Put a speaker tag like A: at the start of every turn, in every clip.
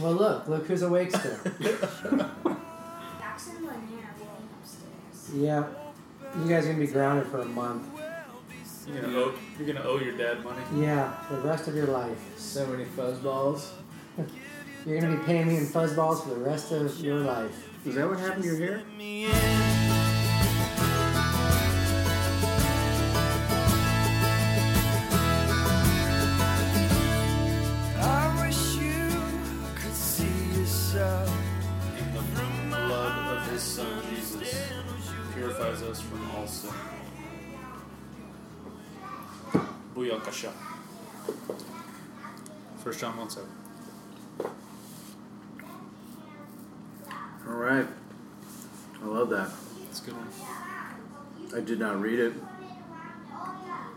A: Well, look, look who's awake still.
B: Jackson and Hannah are going upstairs.
A: yeah, you guys are gonna be grounded for a month.
C: You're gonna, owe, you're gonna owe your dad money.
A: Yeah, for the rest of your life.
D: So many fuzzballs.
A: You're gonna be paying me in fuzzballs for the rest of your life.
D: Is that what happened to your hair?
E: I wish you could see yourself.
C: The blood of his son Jesus purifies us from all sin. Booyakasha. First John 1 7.
D: All right. I love that.
C: It's a good one.
D: I did not read it.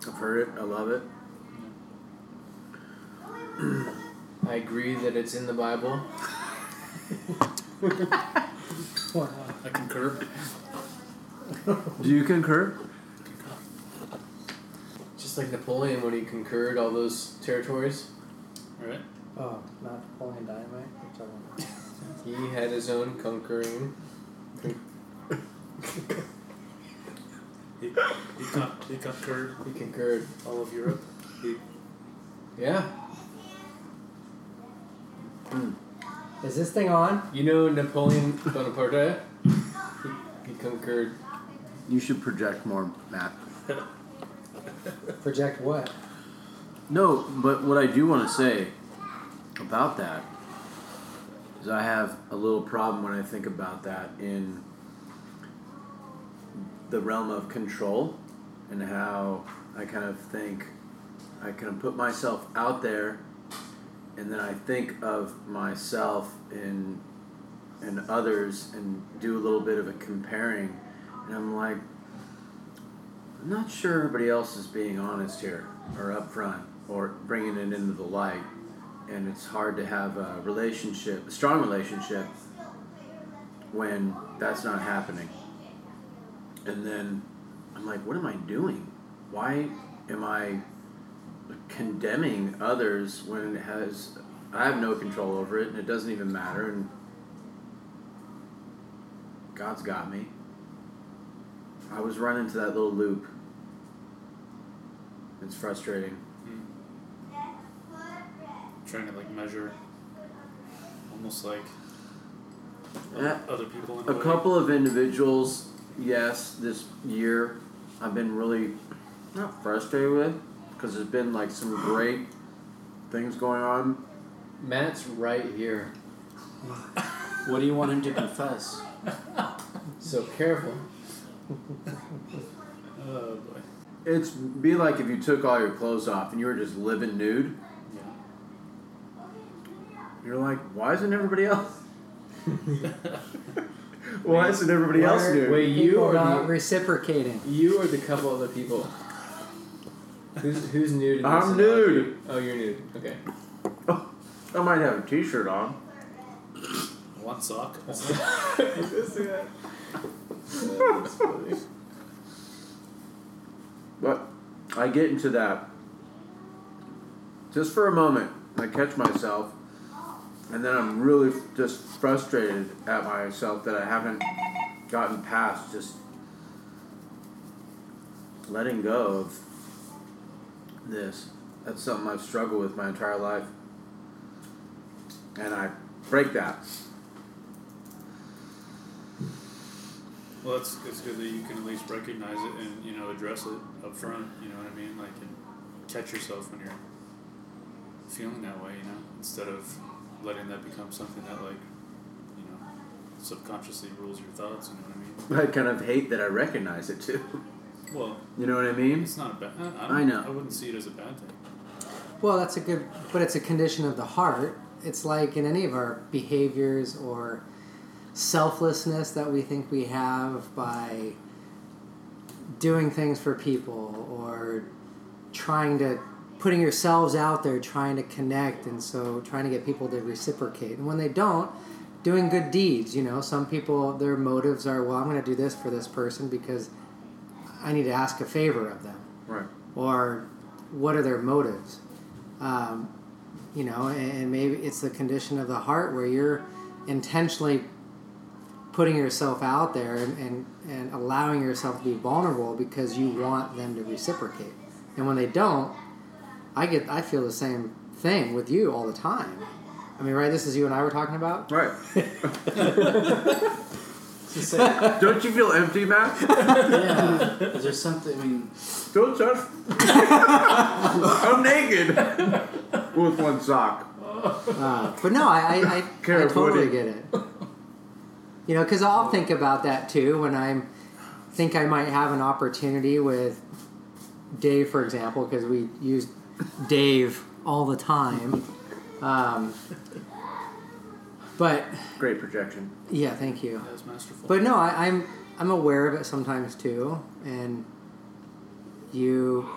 D: I've heard it. I love it. I agree that it's in the Bible.
A: Wow.
C: I concur.
D: Do you concur?
F: Just like Napoleon when he conquered all those territories,
C: Right?
A: Oh, not Napoleon Dynamite. Which I want.
F: he had his own conquering.
C: He, he, con- he concurred.
F: He conquered all of Europe.
C: He,
F: Yeah.
A: Is this thing on?
F: You know Napoleon Bonaparte? He, he conquered.
D: You should project more, Matt.
A: Project what?
D: No, but what I do want to say about that is I have a little problem when I think about that in the realm of control and how I kind of think I kind of put myself out there and then I think of myself and and others and do a little bit of a comparing and I'm like I'm not sure everybody else is being honest here or upfront or bringing it into the light. And it's hard to have a relationship, a strong relationship, when that's not happening. And then I'm like, what am I doing? Why am I condemning others when it has, I have no control over it and it doesn't even matter and God's got me. I was running into that little loop. It's frustrating.
C: trying to like measure almost like
D: Uh,
C: other people in a,
D: A
C: way.
D: couple of individuals, yes, this year I've been really not frustrated with because there's been like some great things going on.
F: Matt's right here,
G: What do you want him to confess?
F: so careful.
C: Oh boy.
D: It's be like if you took all your clothes off and you were just living nude.
C: Yeah.
D: You're like, why isn't everybody else? why isn't everybody else
A: Why-
D: nude?
F: Wait, you
A: People
F: or
A: not
F: the,
A: reciprocating.
F: you or the couple other people? Who's who's nude? In this
D: I'm
F: analogy?
D: nude.
F: Oh, you're nude. Okay.
D: Oh, I might have a T-shirt on.
C: One sock.
D: But I get into that just for a moment. I catch myself, and then I'm really f- just frustrated at myself that I haven't gotten past just letting go of this. That's something I've struggled with my entire life, and I break that.
C: Well, that's, that's good that you can at least recognize it and you know address it up front. You know what I mean? Like and catch yourself when you're feeling that way. You know, instead of letting that become something that like you know subconsciously rules your thoughts. You know what I mean?
D: I kind of hate that I recognize it too.
C: Well,
D: You know what I mean?
C: it's not a bad. I, don't,
D: I know.
C: I wouldn't see it as a bad thing.
A: Well, that's a good, but it's a condition of the heart. It's like in any of our behaviors or selflessness that we think we have by doing things for people or trying to putting yourselves out there trying to connect and so trying to get people to reciprocate and when they don't doing good deeds you know some people their motives are well i'm going to do this for this person because i need to ask a favor of them
D: Right.
A: or what are their motives? Um, you know, and, and maybe it's the condition of the heart where you're intentionally putting yourself out there and, and, and allowing yourself to be vulnerable because you want them to reciprocate. And when they don't, I get I feel the same thing with you all the time. I mean, right? This is you and I were talking about.
D: Right.
G: To say,
D: Don't you feel empty, Matt?
G: yeah. Is there something? I mean,
D: Don't touch. I'm naked with one sock.
A: Uh, but no, I I, I, I
D: Cara
A: totally
D: Booty.
A: get it. You know, because I'll think about that too when I'm think I might have an opportunity with Dave, for example, because we use Dave all the time. Um, but
D: Great projection.
A: yeah, thank you.
C: That was masterful.
A: But no, I, I'm I'm aware of it sometimes too, and you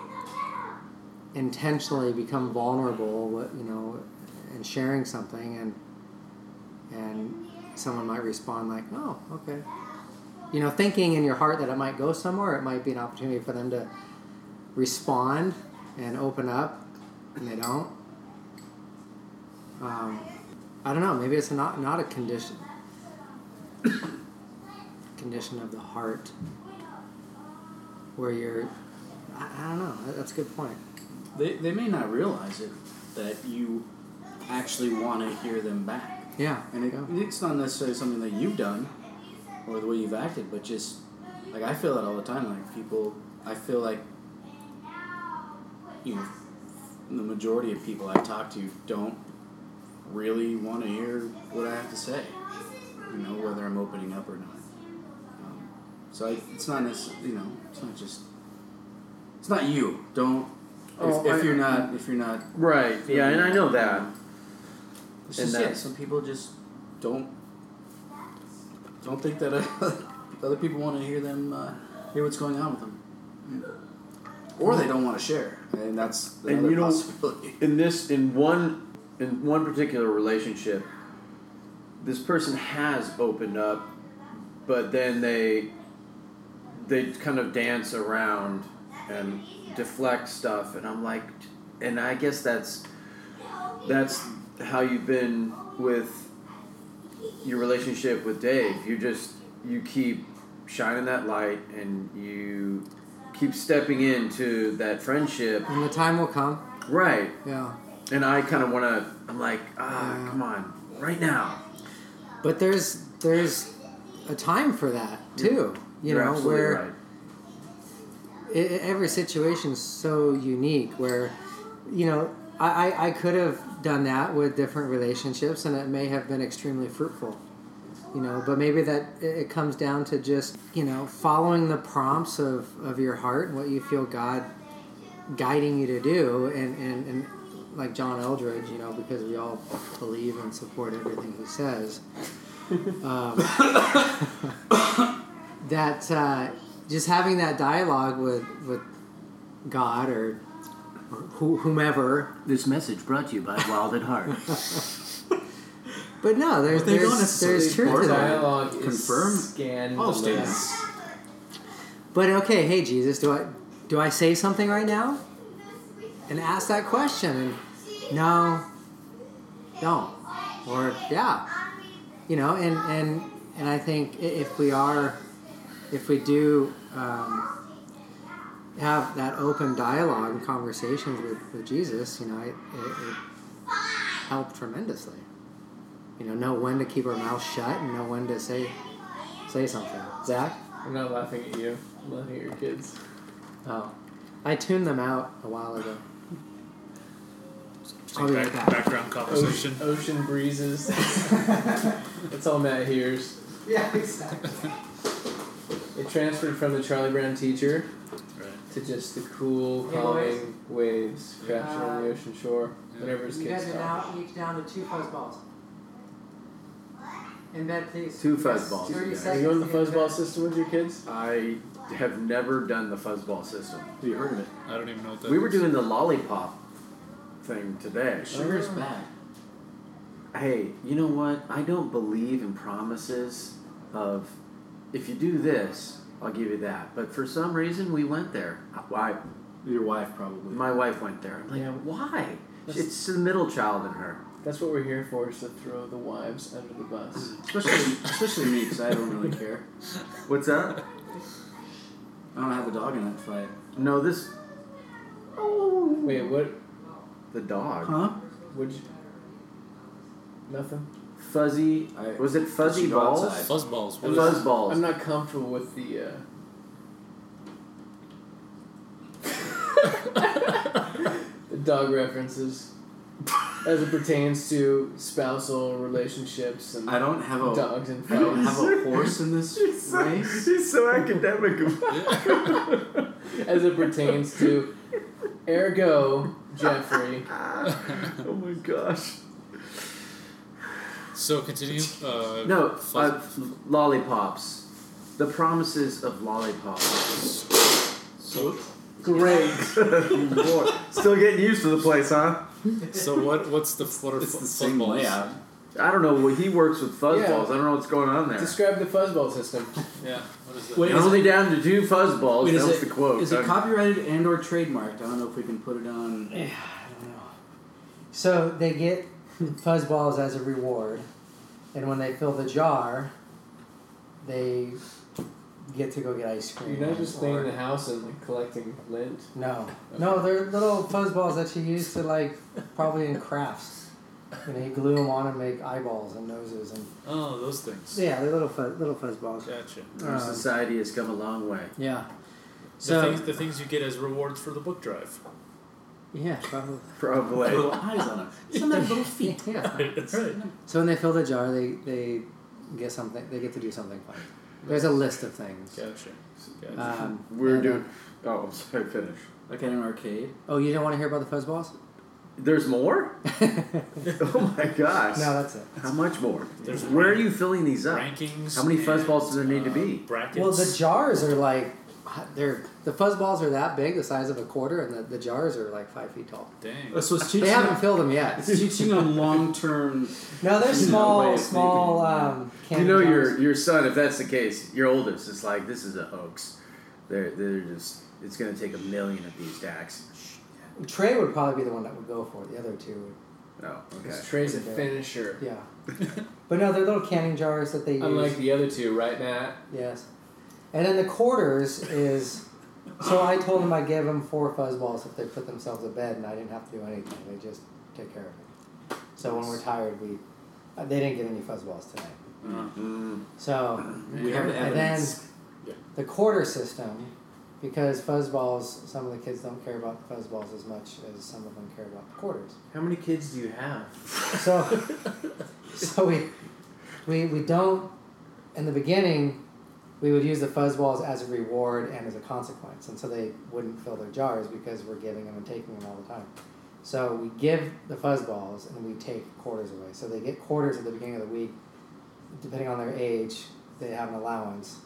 A: intentionally become vulnerable, what- you know, and sharing something, and and someone might respond like, "Oh, okay," you know, thinking in your heart that it might go somewhere, it might be an opportunity for them to respond and open up, and they don't. Um, I don't know. Maybe it's not not a condition condition of the heart where you're I, I don't know That- that's a good point
G: they, they may not realize it that you actually want to hear them back.
A: yeah
G: And it,
A: yeah.
G: it's not necessarily something that you've done or the way you've acted, but just like I feel that all the time. Like people, I feel like you know, the majority of people I talk to don't really want to hear what I have to say. You know, whether I'm opening up or not. Um, so I, it's not necessarily you know, it's not just. It's not you. Don't.
D: Oh,
G: if, if
D: I-
G: you're not, if you're not
D: Right. Yeah, and I know that.
G: it's
D: And
G: just, yeah,
D: that's-
G: some people just don't don't think that uh, other people want to hear them uh, hear what's going on with them, or they don't want to share, and that's
D: And
G: another
D: you don't-
G: possibility.
D: in this in one in one particular relationship this person has opened up but then they they kind of dance around and deflect stuff and i'm like and i guess that's that's how you've been with your relationship with dave you just you keep shining that light and you keep stepping into that friendship
A: and the time will come
D: right
A: yeah
D: and I kind of want to. I'm like, ah,
A: Yeah.
D: come on, right now.
A: but there's there's a time for that too you
D: You're
A: know
D: absolutely
A: where
D: right.
A: i i e-, every situation's so unique where you know I, I, I could have done that with different relationships and it may have been extremely fruitful you know but maybe that it it comes down to just you know following the prompts of, of your heart and what you feel god guiding you to do and, and, and like john eldridge you know because we all believe and support everything he says um, that uh, just having that dialogue with with god or, or who- whomever
D: This message brought to you by Wild at Heart.
A: but no there's
G: they don't
A: there's,
G: necessarily
A: there's truth to that
F: dialogue is
G: Confirm
F: scan
G: all
F: the
G: statements.
F: lens.
A: But okay, hey Jesus, do I do I say something right now? And ask that question and no don't or yeah. You know, and and and I think i- if we are if we do um, have that open dialogue and conversations with, with Jesus, you know, it, it, it helped tremendously. You know, know when to keep our mouth shut and know when to say say something. Zach?
F: I'm not laughing at you. I'm laughing at your kids.
A: Oh. I tuned them out a while ago. I'll be right
C: Back,
A: back.
C: background
F: Ocean,
C: conversation.
F: ocean breezes. That's all Matt hears.
A: Yeah, exactly.
F: It transferred from the Charlie Brown teacher
C: Right.
F: to just the cool,
A: Hey,
F: calming waves crashing on the
A: Uh,
F: ocean shore.
C: yeah.
F: Whenever his
A: You guys
F: kids
A: are
F: talk.
A: now each down to two fuzz balls. In bed, please.
D: Two
A: You guys-
D: fuzz balls, you
A: 30
D: guys.
F: Are
A: seconds.
F: you on the
A: to get in
F: fuzzball
A: bed.
F: system with your kids?
D: I have never done the fuzzball system.
G: Have you heard of it?
C: I don't even know what that
D: We were
C: is.
D: doing the lollipop thing today.
G: Sugar is bad.
D: Hey, you know what? I don't believe in promises of if you do this, I'll give you that. But for some reason, we went there. Why?
G: Your wife probably.
D: My wife went there. I'm like, why? it's the middle child in her.
F: That's what we're here for, is to throw the wives under the bus.
G: Especially, especially me, because I don't really care.
D: What's that?
G: I don't have a dog in that fight.
D: No, this
F: Wait, what?
D: the dog.
G: Huh?
F: Would you? Nothing.
D: Fuzzy.
G: I-
D: was it fuzzy
G: Should go
D: balls?
G: outside.
H: Fuzzballs. What
F: I'm not-
H: is
D: Fuzz balls.
F: I'm not comfortable with the. Uh, the dog references, as it pertains to spousal relationships and
G: I don't have a.
F: dogs and
G: I don't
F: fights.
G: have a horse in this race.
D: He's so academic.
F: as it pertains to, ergo Jeffrey.
D: oh my gosh.
H: so continue. Uh,
D: No, uh,
H: fuzz-
D: lollipops. The promises of lollipops.
H: so,
F: Great.
D: Boy, still getting used to the place, huh?
H: so what? What's the what are
G: It's
H: fu-
G: the same
H: fuzzballs?
G: layout.
D: I don't know. Well, he works with fuzz
F: Yeah.
D: balls. I don't know what's going on there.
F: Describe the fuzzball system.
C: Yeah. What is that?
G: Wait,
D: And
G: is
D: only down to two fuzz balls.
G: Wait,
D: that
G: is
D: was
G: it-
D: the quote.
G: Is it
D: I'm-
G: copyrighted and or trademarked? I don't know if we can put it on.
A: Yeah, I don't know. So they get fuzzballs as a reward, and when they fill the jar, they get to go get ice cream.
F: You're not just staying
A: or-
F: in the house and like, collecting lint.
A: No, no, they're little fuzzballs that you use to like probably in crafts. You know, you glue them on and make eyeballs and noses and
C: Oh, those things.
A: yeah, they're little fuzz, little fuzzballs.
C: Gotcha.
G: Uh,
D: Our
A: Um,
D: society has come a long way.
A: yeah.
C: The,
A: So
C: things, the things you get as rewards for the book drive.
A: yeah, probably.
D: Probably.
G: Little eyes on it.
A: Yeah.
C: That's right.
A: So when they fill the jar, they they get something. They get to do something fun. There's a list of things.
C: Gotcha. Gotcha.
A: Um,
D: We're
A: and,
D: doing. Oh, I'm sorry. Finish.
G: Like at an arcade.
A: uh, oh, you didn't want to hear about the fuzzballs?
D: There's more. oh my gosh.
A: No, that's it.
D: How much more?
C: There's-
D: Where are you filling these up?
C: Rankings.
D: How many
C: and,
D: fuzzballs does there need to
C: uh,
D: be?
C: Brackets.
A: Well, the jars are like they're the fuzzballs are that big, the size of a quarter, and the, the jars are like five feet tall.
C: Dang.
G: This was
A: They
G: teaching.
A: haven't filled them yet.
G: It's teaching on long term.
A: No, they're
G: There's no
A: small,
G: way of
A: small.
G: thinking.
A: Um,
D: You
A: candy
D: know
A: jars.
D: your your son, if that's the case, your oldest is like, this is a hoax. They're they're just. It's gonna take a million of these stacks.
A: Trey would probably be the one that would go for it. The other two,
D: Oh, okay.
F: Because Trey's a
A: Okay.
F: finisher.
A: would, yeah. but no, they're little canning jars that they use.
F: Unlike the other two, right, Matt?
A: Yes. And then the quarters is. So I told them I gave them four fuzzballs if they put themselves to bed, and I didn't have to do anything. They just take care of it. So when we're tired, we uh, they didn't get any fuzzballs tonight.
C: Uh,
D: Mm,
A: So
G: We have the
A: and then
G: evidence.
A: the quarter system, because fuzzballs, some of the kids don't care about the fuzzballs as much as some of them care about the quarters.
F: How many kids do you have?
A: So, so we, we, we don't, in the beginning, we would use the fuzzballs as a reward and as a consequence. And so they wouldn't fill their jars because we're giving them and taking them all the time. So we give the fuzzballs and we take quarters away. So they get quarters at the beginning of the week. Depending on their age, they have an allowance.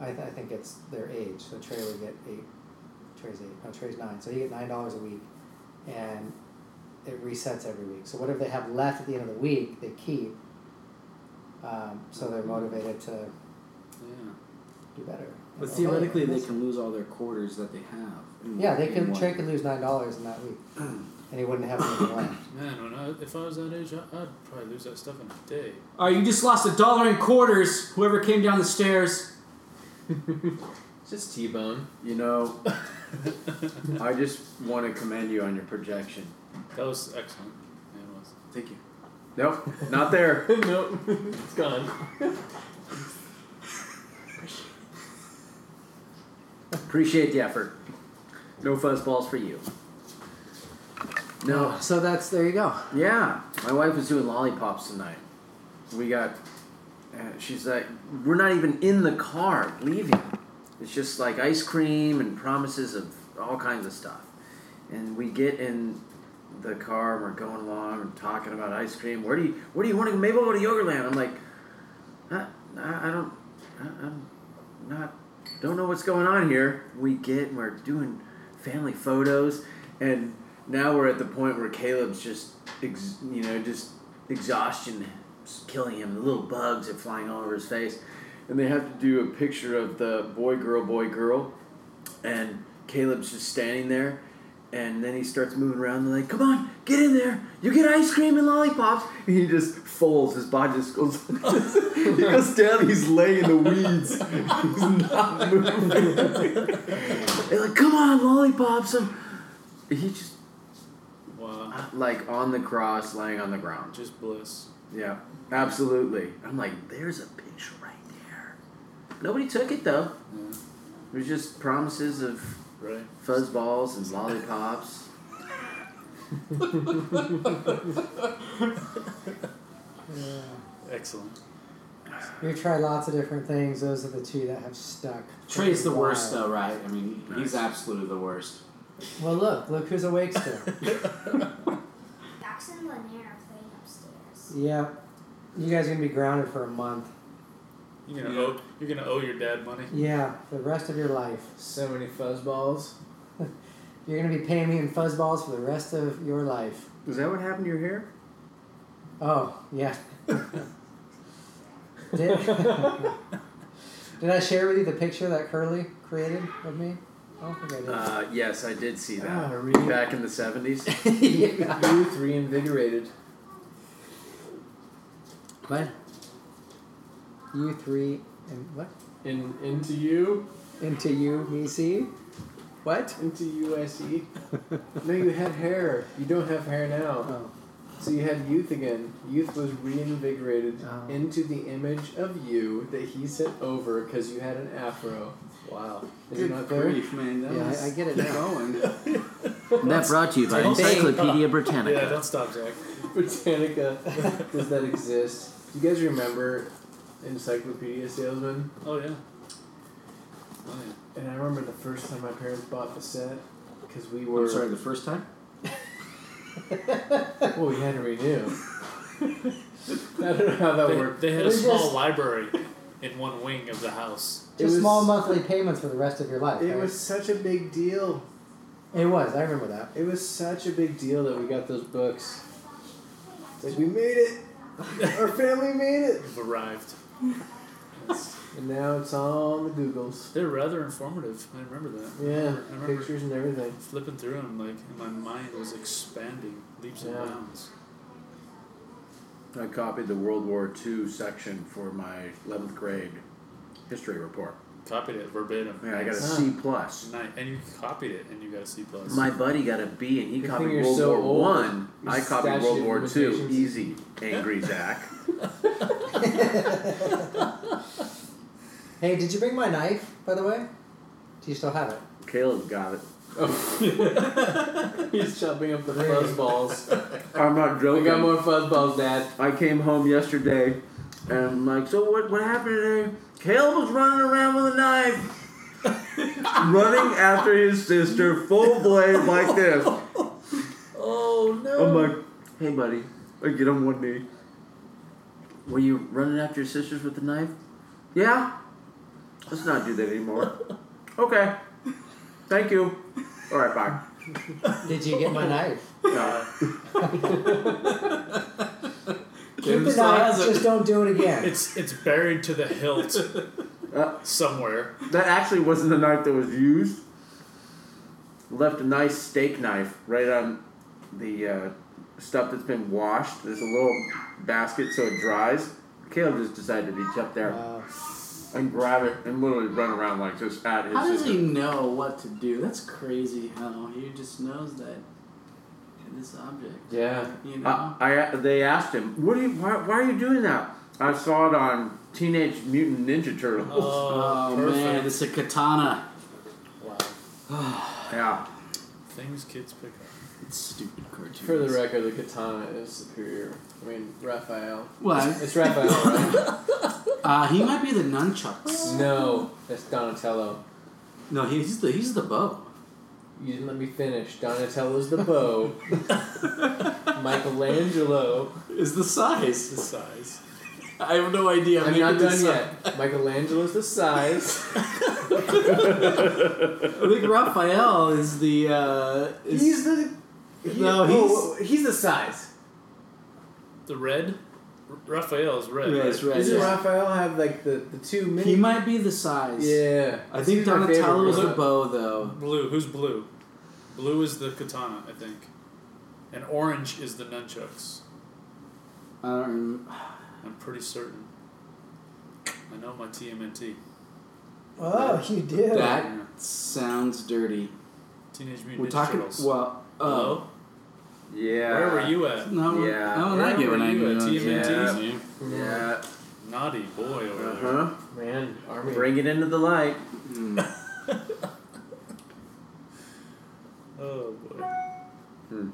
A: I, th- I think it's their age. So Trey would get eight. Trey's eight. No, Trey's nine. So he get nine dollars a week, and it resets every week. So whatever they have left at the end of the week, they keep. Um, so they're motivated to
C: yeah.
A: do better.
G: But theoretically, they can lose all their quarters that they have. in-
A: Yeah, they
G: in
A: could.
G: one.
A: Trey could lose nine dollars in that week, and he wouldn't have anything left.
C: Man, when I, if I was that age, I, I'd probably lose that stuff in a day.
G: All right, you just lost a dollar in quarters. Whoever came down the stairs.
F: Just T-Bone.
D: you know, I just want to commend you on your projection.
C: That was excellent. Yeah, it was.
G: Thank you.
D: Nope, not there.
F: nope, it's gone.
D: Appreciate the effort. No fuzzballs for you. No.
A: So that's there you go.
D: Yeah, my wife was doing lollipops tonight. We got. Uh, she's like, we're not even in the car leaving. It's just like ice cream and promises of all kinds of stuff. And we get in the car and we're going along and talking about ice cream. Where do you Where do you want to? Maybe we'll go to Yogurtland. I'm like, I, I, I don't. I, I'm not. Don't know what's going on here. We get and we're doing family photos, and now we're at the point where Caleb's just, ex, you know, just exhaustion is killing him. The little bugs are flying all over his face, and they have to do a picture of the boy, girl, boy, girl, and Caleb's just standing there, And then he starts moving around. They're like, "Come on, get in there! You get ice cream and lollipops!" And he just folds. His body just goes. he goes down. He's laying in the weeds. He's not moving. They're like, "Come on, lollipops!" And he just
C: Wow.
D: like on the cross, laying on the ground.
C: Just bliss.
D: Yeah, absolutely. I'm like, there's a picture right there. Nobody took it though.
C: Yeah.
D: It was just promises of
C: Right.
D: fuzz balls and lollipops.
C: Excellent.
A: We've tried lots of different things. Those are the two that have stuck.
G: Trey's the
A: Wild.
G: worst though, right? I mean, he's
D: Nice.
G: absolutely the worst.
A: Well, look, look who's awake still.
B: Dax and Lanier are playing upstairs.
A: yeah, you guys are gonna be grounded for a month.
C: You're gonna
H: Yeah.
C: owe you're gonna owe your dad money.
A: Yeah, the rest of your life.
F: So many fuzzballs.
A: You're gonna be paying me in fuzzballs for the rest of your life.
D: Is that what happened to your hair?
A: Oh yeah. Did, did I share with you the picture that Curly created of me? I don't think I did.
D: Uh, yes, I did see that
F: Ah, really?
D: back in the '70s.
A: yeah.
F: Youth reinvigorated.
A: What? You three and what?
F: In into you,
A: Into you, me see? What?
F: into you. I see. No, you had hair. You don't have hair now.
A: Oh.
F: So you had youth again. Youth was reinvigorated
A: Oh.
F: into the image of you that he sent over because you had an afro. Wow. Is it
G: Good
F: not there?
G: grief, man. That
A: Yeah, I-
G: was,
A: I get it
G: keep
A: now.
G: Going.
D: that brought to you by Encyclopedia Britannica.
C: Yeah, don't stop, Zach.
F: Britannica. Does that exist? Do you guys remember Encyclopedia Salesman?
C: Oh yeah. Oh yeah.
F: And I remember the first time my parents bought the set because we were.
G: I'm sorry, the first time.
F: Well, we had to renew. I don't know how that
C: They,
F: worked.
C: they had
F: It
C: a
F: was
C: small
F: just-
C: library in one wing of the house.
F: It
A: Just
F: was-
A: small monthly payments for the rest of your life.
F: It
A: right?
F: was such a big deal.
A: It was. I remember that.
F: It was such a big deal that we got those books. It's like we made it. Our family made it.
C: We've arrived.
F: And now it's all on the Googles.
C: They're rather informative. I remember that.
F: Yeah,
C: I remember
F: pictures and everything.
C: flipping through them, like and my mind was expanding leaps
F: Yeah.
C: and bounds.
D: I copied the World War II section for my 11th grade history report.
C: Copied it verbatim.
D: Yeah, I got a
F: Huh.
D: C plus.
C: Nice. And you copied it, and you got a C plus.
D: My buddy got a B, and he
F: Good thing
D: copied
F: you're
D: World
F: so
D: War
F: old.
D: One.
F: Your
D: I copied
F: statute
D: World
F: of
D: War Two.
F: limitations.
D: Easy, angry Zach.
A: Hey, did you bring my knife, by the way? Do you still have it?
D: Caleb got it.
F: He's chopping up the fuzz balls.
D: I'm not
F: We
D: joking.
F: got more fuzz balls, Dad.
D: I came home yesterday and I'm like, so what, what happened today? Caleb was running around with a knife. running after his sister, full blade like this.
F: Oh
D: I'm like, hey buddy. I get on one knee. Were you running after your sisters with the knife? Yeah. Let's not do that anymore. okay. Thank you. Alright, bye.
A: Did you get my knife?
D: No.
A: Keep the knife, just don't do it again.
C: It's it's buried to the hilt
D: Uh,
C: somewhere.
D: That actually wasn't the knife that was used. Left a nice steak knife right on the uh, stuff that's been washed. There's a little basket so it dries. Caleb just decided to reach up there
A: Wow.
D: and grab it and literally run around like this at his
G: How does
D: sister.
G: he know what to do? That's crazy. How he just knows that this object.
F: Yeah.
G: You know.
D: Uh, I they asked him, "What are you? Why, why are you doing that?" I saw it on Teenage Mutant Ninja Turtles.
C: Oh,
G: oh
C: perfect.
G: man, it's a katana.
C: Wow.
D: Yeah,
C: Things kids pick up.
G: It's stupid cartoons.
F: For the record, the katana is superior. I mean, Raphael.
G: Well,
F: It's Raphael, right?
G: uh, he might be the nunchucks.
F: no, that's Donatello.
G: No, he's the he's the bow.
F: You didn't let me finish. Donatello's the bow. Michelangelo.
G: Is the
C: The
G: size?
C: size.
G: I have no idea.
F: I'm
G: making
F: not done
G: this up.
F: yet. Michelangelo's the size.
G: I think Raphael is the. Uh, is,
F: He's the. He,
G: No,
F: oh,
G: he's-
F: oh, he's the size.
C: The red. R- Raphael is red.
G: Yeah,
C: right?
G: it's red.
F: Doesn't
G: yeah.
F: Raphael have like the, the two mini?
G: He might be the size.
F: Yeah.
G: I think
F: He's my favorite
G: Donatello is the
F: robot.
G: bow though.
C: Blue. Who's blue? Blue is the katana, I think, and orange is the nunchucks.
G: I don't rem-
C: I'm pretty certain. I know my TMNT.
I: Oh, you do.
G: That sounds dirty.
C: Teenage Mutant
G: We're
C: Ninja
G: talking.
C: Turtles.
G: Well, uh,
C: Hello?
D: Yeah.
C: Where were you at?
G: no, we're-
D: Yeah.
G: no, we're
D: Where
G: not giving
D: were you
G: any
D: at?
G: notes.
C: TMNT?
D: Yeah. Yeah.
C: Naughty boy over
D: Uh
C: there.
D: huh.
F: Man, army.
D: Bring it into the light.
G: Mm.
C: Oh boy.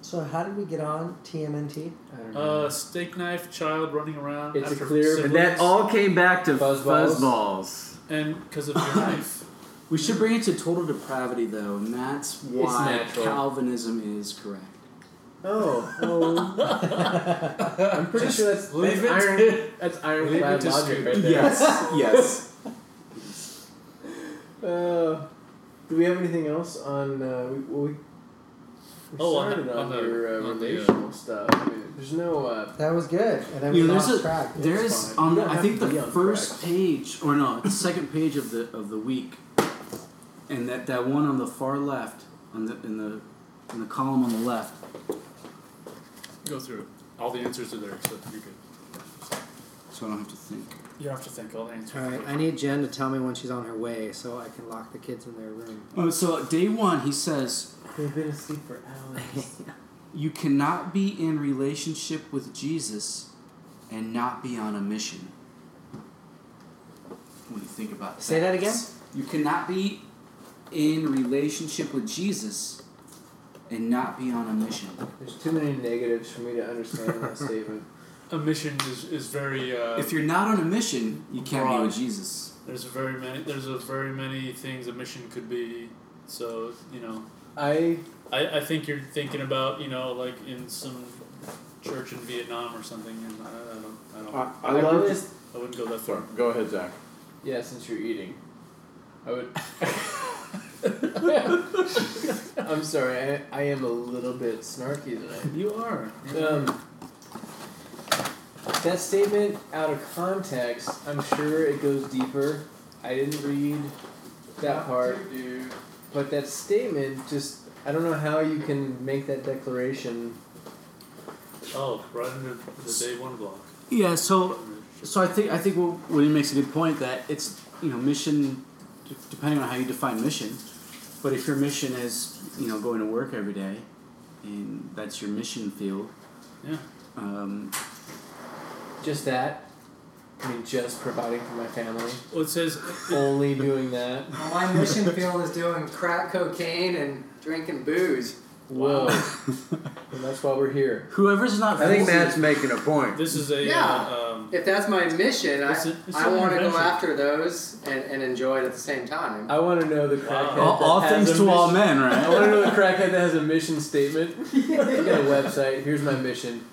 I: So how did we get on TMNT?
F: I don't know.
C: Uh, steak knife child running around
F: It's a
C: after
F: clear-
C: siblings,
D: And that all came back to
F: Fuzz balls.
D: fuzzballs. balls.
C: and because of your knife.
G: We should bring it to total depravity, though, and that's why
F: natural.
G: Calvinism is correct.
F: oh, oh. I'm pretty
C: Just
F: sure that's
C: leave
F: that's
C: it.
F: iron. That's ironclad
C: Leave it to
F: logic
C: Scoop.
F: right there.
G: Yes, yes.
F: Uh, do we have anything else on? Uh, we, well, we, we
C: Oh, on
F: started
C: the- on the-
F: your uh,
C: on the, uh,
F: relational stuff. I mean, there's no. Uh,
I: That was good. And then
G: You
I: we
G: know, there's
I: lost
G: a-
I: track.
G: There
F: It's
G: is
F: fine.
G: on
F: You
G: the,
F: don't
G: I
F: have
G: think
F: to be
G: the
F: on
G: first
F: correct.
G: page, or no, the second page of the of the week, and that, that one on the far left, on the in the in the column on the left.
C: Go through it. All the answers are there, so you're good.
G: So I don't have to think.
C: You don't have to think. All the answers.
A: All
C: are
A: right,
C: there.
A: I need Jen to tell me when she's on her way so I can lock the kids in their room.
G: Oh, so day one, he says,
F: they've been asleep for hours.
G: "You cannot be in relationship with Jesus, and not be on a mission." When you think about
A: Say that again?
G: You cannot be in relationship with Jesus and not be on a mission.
F: there's too many negatives for me to understand that statement.
C: A mission is, is very. Uh,
G: If you're not on a mission, you can't be
C: Broad.
G: with Jesus.
C: there's very many. There's a very many things a mission could be. So you know,
F: I
C: I, I think you're thinking about you know like in some church in Vietnam or something. And I, I don't. I don't.
D: I,
F: I love this.
C: I wouldn't go that far.
D: Go ahead, Zach.
F: Yeah, since you're eating, I would. I'm sorry. I, I am a little bit snarky tonight.
C: You are.
F: Um, that statement out of context, I'm sure it goes deeper. I didn't read that part, but that statement just. I don't know how you can make that declaration.
C: Oh, right under the day one block.
G: Yeah, so so I think I think Wil- William makes a good point that it's you know mission d- depending on how you define mission, but if your mission is you know going to work every day, and that's your mission field.
C: Yeah.
G: Um,
F: Just that. I mean, just providing for my family.
C: Well, it says
F: Only doing that.
A: My mission field is doing crack cocaine and drinking booze.
F: Whoa. and that's why we're here.
G: whoever's not
D: I think
G: fully-
D: Matt's making a point.
C: this is a.
A: Yeah.
C: Uh, um,
A: If that's my mission,
C: It's a- it's
A: I, I
C: an
A: want to go
C: invention.
A: after those and, and enjoy it at the same time.
F: I want to know the crackhead.
C: Wow.
G: all,
F: that
G: all
F: has
G: things
F: a
G: to all
F: mission-
G: men,
F: I
G: right?
F: want to know the crackhead that has a mission statement. I got a website. Here's my mission,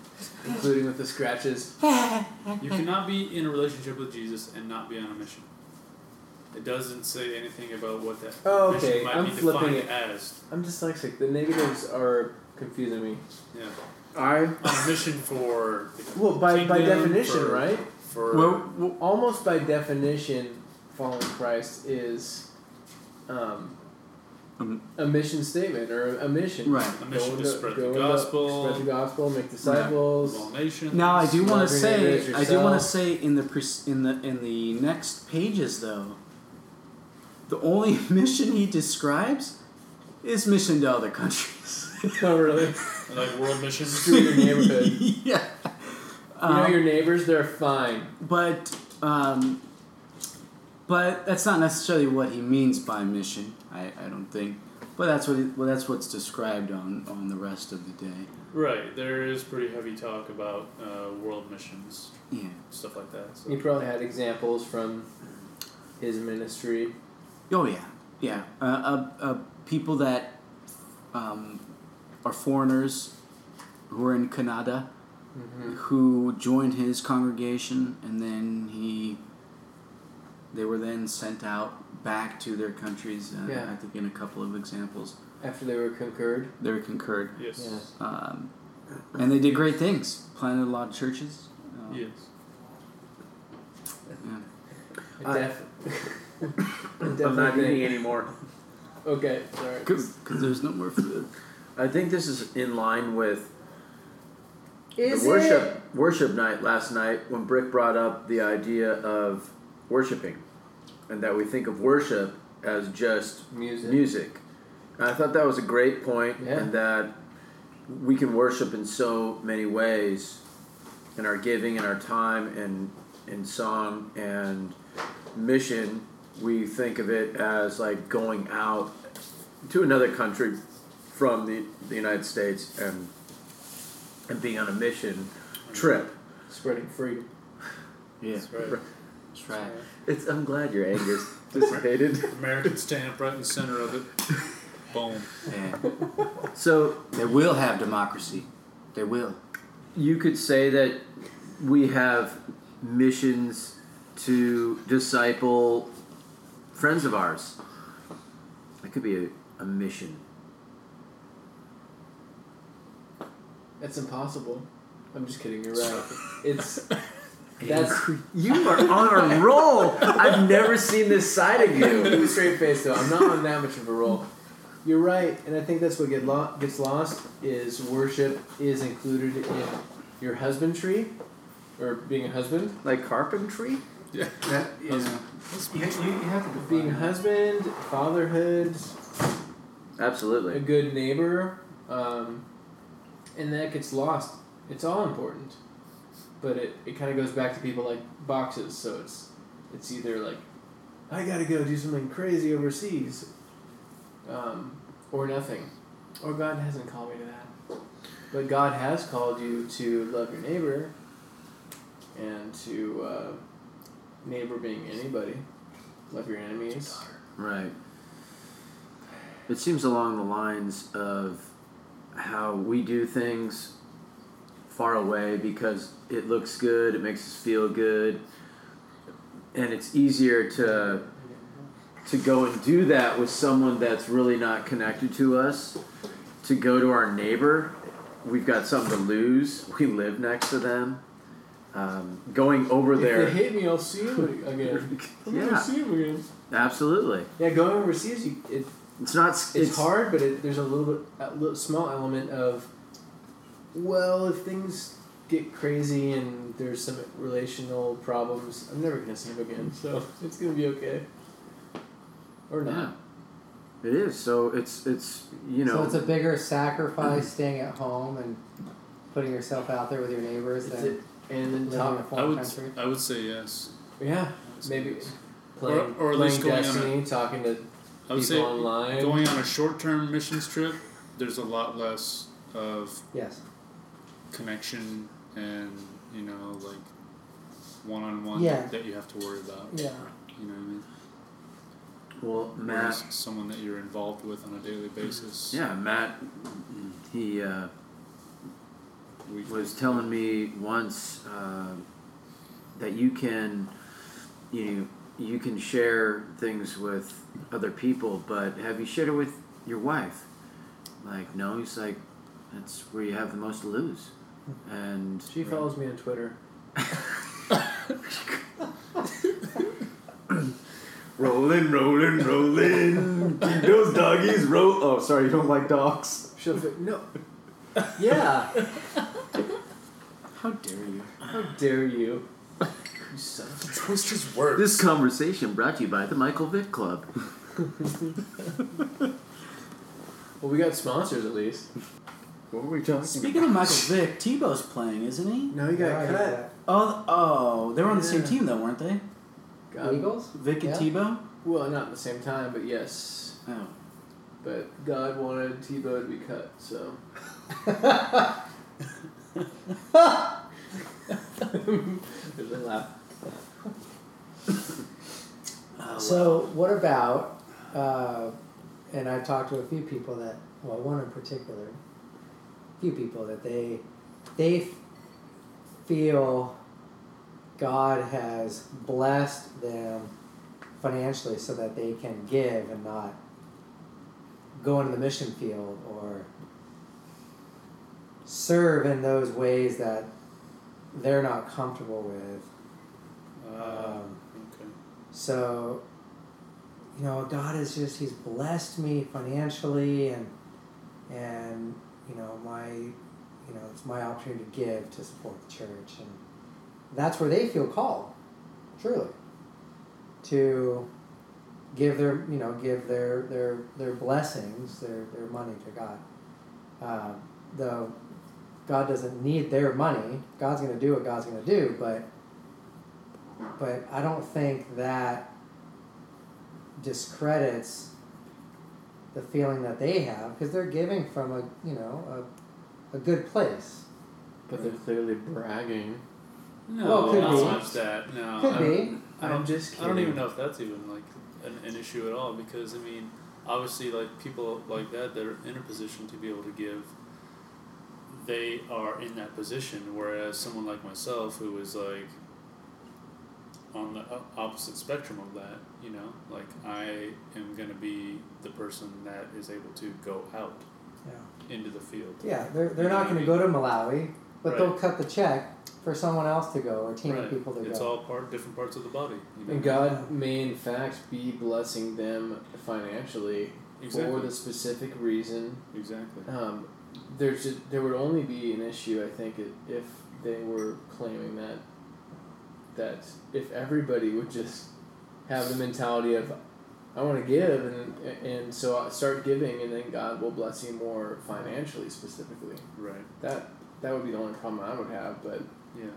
F: including with the scratches.
C: You cannot be in a relationship with Jesus and not be on a mission. It doesn't say anything about what that
F: Oh,
C: mission
F: okay,
C: might
F: I'm
C: be
F: flipping
C: defined
F: it.
C: as.
F: I'm dyslexic. The negatives are confusing me.
C: Yeah.
D: I
C: On a mission for the
F: Well, by, by
C: kingdom,
F: definition,
C: for-
F: right?
C: For
G: Well,
F: Well, almost by definition, following Christ is um,
G: Um,
F: a mission statement or a mission.
G: right.
C: a mission
F: Go
C: to
F: into-
C: spread
F: go
C: the
F: into-
C: gospel,
F: spread the gospel, make disciples.
C: all nations.
G: Now I do want
F: Loving
G: to
F: your
G: say
F: neighbor as
G: I do want to
F: yourself.
G: say in the pres- in the in the next pages though. The only mission he describes is mission to other countries.
F: Oh, really?
C: Like world missions.
F: Screw your neighborhood.
G: yeah.
F: you know
G: Um,
F: your neighbors; they're fine.
G: but um, but that's not necessarily what he means by mission. I, I don't think. But that's what it, well that's what's described on on the rest of the day.
C: Right. There is pretty heavy talk about uh, world missions,
G: Yeah.
C: stuff like that. So.
F: He probably had examples from his ministry.
G: Oh yeah, yeah. Uh, uh, uh, people that um, are foreigners who are in Canada Mm-hmm. who joined his congregation, and then he they were then sent out back to their countries. Uh,
F: Yeah.
G: I think in a couple of examples
F: After they were concurred.
G: they were concurred,
C: Yes.
F: Yeah.
G: um, and they did great things. Planted a lot of churches. Uh,
C: Yes.
F: I def- I
D: I'm not
F: definitely
D: eating
F: think-
D: anymore.
F: Okay, sorry.
G: Because there's no more food.
D: I think this is in line with
I: Is
D: the worship worship night last night when Brick brought up the idea of worshiping, and that we think of worship as just
F: Music.
D: music. And I thought that was a great point,
F: Yeah.
D: and that we can worship in so many ways, in our giving, in our time, and in song and mission. We think of it as like going out to another country from the, the United States and and being on a mission trip.
F: Spreading freedom.
G: Yeah.
C: That's right.
G: That's right.
D: It's I'm glad your anger's dissipated.
C: American stamp right in the center of it. Boom.
G: Yeah.
D: so
G: They will have democracy. They will.
D: you could say that we have missions to disciple friends of ours. That could be a, a mission.
F: That's impossible. I'm just kidding. You're right. It's that's
D: You are on a roll. I've never seen this side of you.
F: With a straight face though. I'm not on that much of a roll. You're right, and I think that's what get lo- gets lost is worship is included in your husbandry, or being a husband.
D: Like carpentry?
G: That is. You, you have to
F: Being a husband, fatherhood, a
D: Absolutely.
F: good neighbor, um, and that gets lost. It's all important, but it, it kind of goes back to people like boxes. So it's it's either like I gotta go do something crazy overseas, um, or nothing, or God hasn't called me to that. But God has called you to love your neighbor, and to uh, neighbor being anybody, love your enemies.
D: Right. It seems along the lines of how we do things far away because it looks good, it makes us feel good, and it's easier to to go and do that with someone that's really not connected to us. To go to our neighbor, we've got something to lose. We live next to them. Um, going over
F: If
D: there,
F: they hate me, I'll see you again. I'm gonna
D: yeah,
F: see you again.
D: absolutely.
F: Yeah, going overseas, you, it,
D: It's not.
F: it's, hard, but it, there's a little bit, a little, small element of, well, if things get crazy and there's some relational problems, I'm never gonna see him again, so it's gonna be okay. Or
D: Yeah.
F: not.
D: It is. So it's it's you
A: so
D: know
A: it's a bigger sacrifice staying at home and putting yourself out there with your neighbors
F: It's
A: than
F: it. And then
A: living in a
F: top,
C: I
A: foreign
C: would
A: country.
C: I would say yes.
F: yeah,
C: I would say
F: maybe
C: yes.
F: playing,
C: or at
F: playing
C: least going on a-
F: Destiny, talking to
C: I would
F: people
C: say
F: online.
C: going on a short term missions trip. There's a lot less of
A: Yes.
C: connection and you know like one on one
A: Yeah.
C: that you have to worry about.
A: Yeah.
C: You know what I mean?
D: well Matt.
C: Whereas someone that you're involved with on a daily basis.
D: Yeah, Matt. He uh,
C: We,
D: was telling me once uh, that you can you know, you can share things with other people, but have you shared it with your wife? Like no, he's like that's where you have the most to lose, and
F: She follows me on Twitter.
D: rolling, rolling, rolling. Keep those doggies roll. Oh, sorry, you don't like dogs.
F: She'll fi- no. yeah.
G: How dare you?
F: How dare you? You son of a-
C: twist his words.
D: This conversation brought to you by the Michael Vick Club.
F: Well, we got sponsors at least.
D: What were we talking
G: Speaking of Michael Vick, Tebow's playing, isn't he?
F: No, he got
A: Yeah,
F: cut.
G: Oh, oh, they were on the same
F: Yeah.
G: team though, weren't they?
A: yeah.
F: God.
A: Eagles?
G: Vick and
A: Yeah.
G: Tebow.
F: Well, not at the same time, but yes.
G: Oh,
F: But God wanted Tebow to be cut, so. There's a laugh.
A: So what about? Uh, and I've talked to a few people that, well, one in particular, few people that they they feel God has blessed them financially so that they can give and not go into the mission field or serve in those ways that they're not comfortable with.
C: Uh,
A: Um,
C: okay.
A: so you know, God has just He's blessed me financially, and and you know my, you know, it's my opportunity to give to support the church, and that's where they feel called, truly, to give their you know give their their their blessings their their money to God. Uh, though God doesn't need their money, God's going to do what God's going to do, but but I don't think that discredits the feeling that they have because they're giving from a you know a, a good place.
F: But they're clearly bragging.
C: No,
A: Well, could
C: not
A: be.
C: so much that. No,
A: Could
C: I don't-
A: be.
C: I don't,
F: I'm just
C: I don't
F: kidding.
C: even know if that's even like an, an issue at all because I mean, obviously, like people like that that are in a position to be able to give, they are in that position. Whereas someone like myself, who is like on the o- opposite spectrum of that, you know, like I am gonna be the person that is able to go out
A: Yeah.
C: into the field.
A: Yeah, they're, they're not going to go to Malawi, but they'll
C: Right.
A: cut the check for someone else to go or a team
C: Right.
A: of people to
C: It's
A: go.
C: all part different parts of the body. You know?
F: And God may, in fact, be blessing them financially for
C: Exactly.
F: the specific reason.
C: Exactly.
F: Um, there's just, there would only be an issue, I think, i- if they were claiming that that if everybody would just have the mentality of I want to give and and so I start giving and then God will bless you more financially specifically.
C: Right.
F: That that would be the only problem I would have, but
C: Yeah.
F: and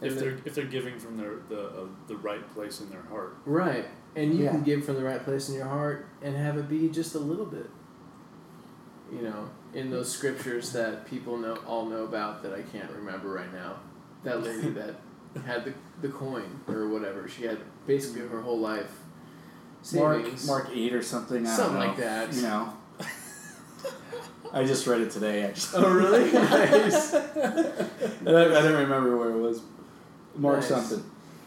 C: If
F: the-
C: they're if they're giving from their the uh, the right place in their heart,
F: Right. And you
A: Yeah.
F: can give from the right place in your heart and have it be just a little bit. You know, in those scriptures that people know all know about that I can't remember right now. That lady that had the, the coin or whatever. She had basically her whole life
G: Mark,
F: savings.
G: Mark eight or something. I
F: Something
G: don't know.
F: like that.
G: You know. I just read it today, actually.
F: Oh really? nice.
G: And I, I don't remember where it was. Mark
F: Nice.
G: something.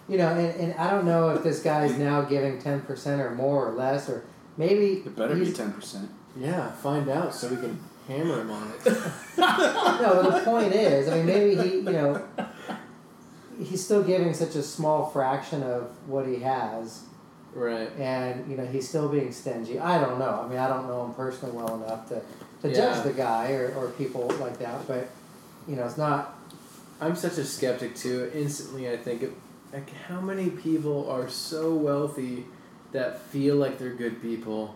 A: You know, and, and I don't know if this guy's now giving 10% or more or less, or maybe.
G: It better
A: he's-
G: be ten percent.
F: Yeah, find out so we can hammer him on it.
A: No, but the point is, I mean, maybe he, you know, he's still giving such a small fraction of what he has,
F: Right.
A: and you know he's still being stingy. I don't know. I mean, I don't know him personally well enough to, to
F: Yeah.
A: judge the guy or, or people like that. But you know, it's not.
F: I'm such a skeptic too. Instantly, I think, like, how many people are so wealthy that feel like they're good people,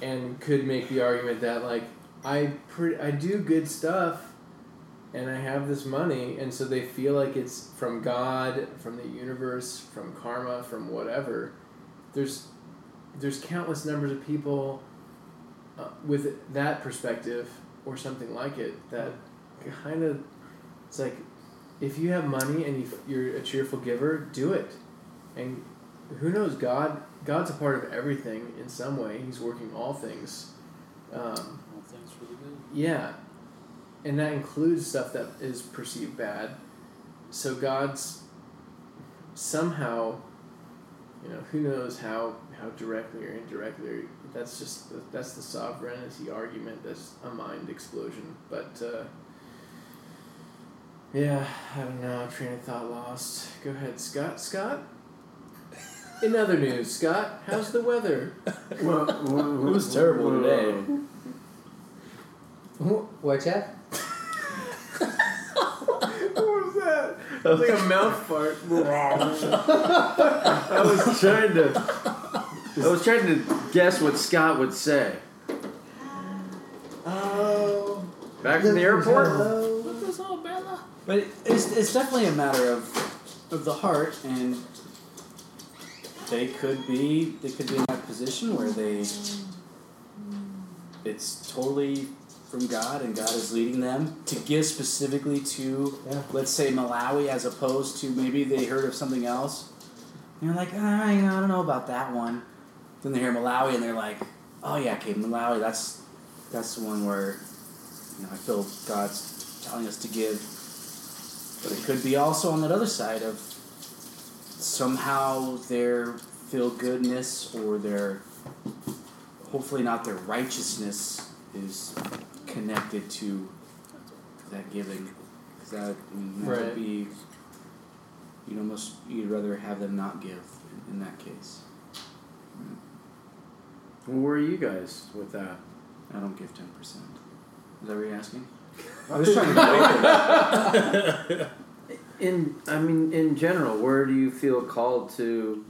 F: and could make the argument that like I pre- I do good stuff, and I have this money, and so they feel like it's from God, from the universe, from karma, from whatever. There's there's countless numbers of people uh, with that perspective or something like it that kind of it's like if you have money and you, you're a cheerful giver, do it. And who knows, God God's a part of everything in some way. He's working all things. Um,
C: well, things really good.
F: yeah, and that includes stuff that is perceived bad. So God's somehow, you know, who knows how how directly or indirectly. or- That's just that's the sovereignty argument. That's a mind explosion. But uh, yeah, I don't know. Train of thought lost. Go ahead, Scott. Scott. In other news, Scott, how's the weather?
D: Well,
G: It was terrible today.
A: What, Jeff?
F: what was that? That was like a mouth fart.
D: I was trying to. I was trying to guess what Scott would say.
F: Oh.
G: Um,
D: Back from the airport.
G: But it- it's, it's definitely a matter of of the heart, and they could be they could be in that position where they it's totally from God, and God is leading them to give specifically to
A: Yeah.
G: let's say Malawi, as opposed to maybe they heard of something else. And they're like, ah, you know, I don't know about that one. Then they hear Malawi, and they're like, oh yeah, okay, Malawi, that's that's the one where you know I feel God's telling us to give. But it could be also on that other side of somehow their feel goodness or their hopefully not their righteousness is connected to that giving. 'Cause that, I mean, that
F: Right.
G: would be you'd almost you'd rather have them not give in, in that case.
D: Well, where are you guys with that?
G: I don't give ten percent. Is that what you're asking? I was trying to get open.
D: In I mean, in general, where do you feel called to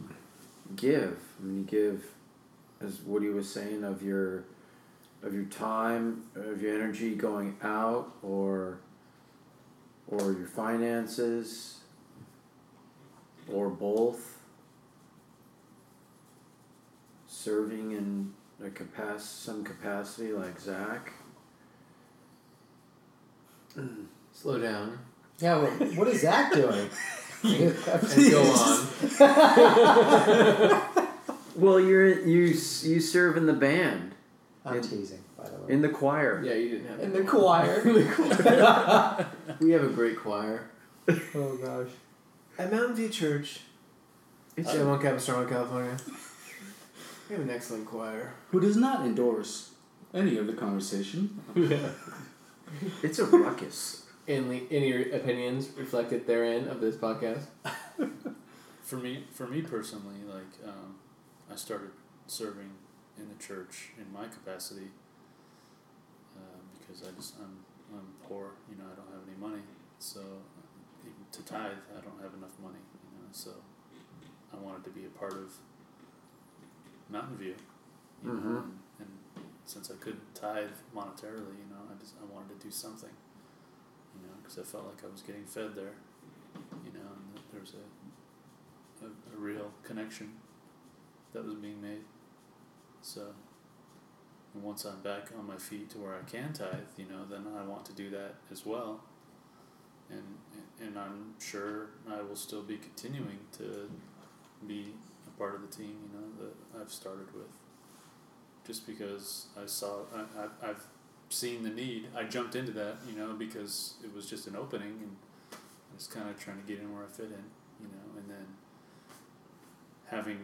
D: give? I mean, you give, as Woody was saying, of your of your time, of your energy going out, or or your finances, or both. Serving in a capac- some capacity like Zach.
F: Slow down
I: Yeah, well, what is Zach doing?
F: and go on.
D: Well, you're you s- you serve in the band,
I: I'm teasing, by the way.
D: in the choir.
F: Yeah, you didn't have.
I: In the choir.
F: We have a great choir
I: oh gosh.
F: at Mountain View Church. It's in Mount Capistrano, California. We have an excellent choir.
G: Who does not endorse any of the conversation?
D: It's a ruckus.
F: Any any opinions reflected therein of this podcast?
C: For me, for me personally, like um, I started serving in the church in my capacity uh, because I just I'm I'm poor. You know, I don't have any money, so even to tithe, I don't have enough money. You know, so I wanted to be a part of Mountain View. You know,
D: Mhm.
C: and, and since I couldn't tithe monetarily, you know, I just I wanted to do something. You know, because I felt like I was getting fed there. You know, and that there was a a, a real connection that was being made. So, and once I'm back on my feet to where I can tithe, you know, then I want to do that as well. And and I'm sure I will still be continuing to be a part of the team, you know, that I've started with. Just because I saw, I, I, I've seen the need. I jumped into that, you know, because it was just an opening, and I was kind of trying to get in where I fit in you know, and then having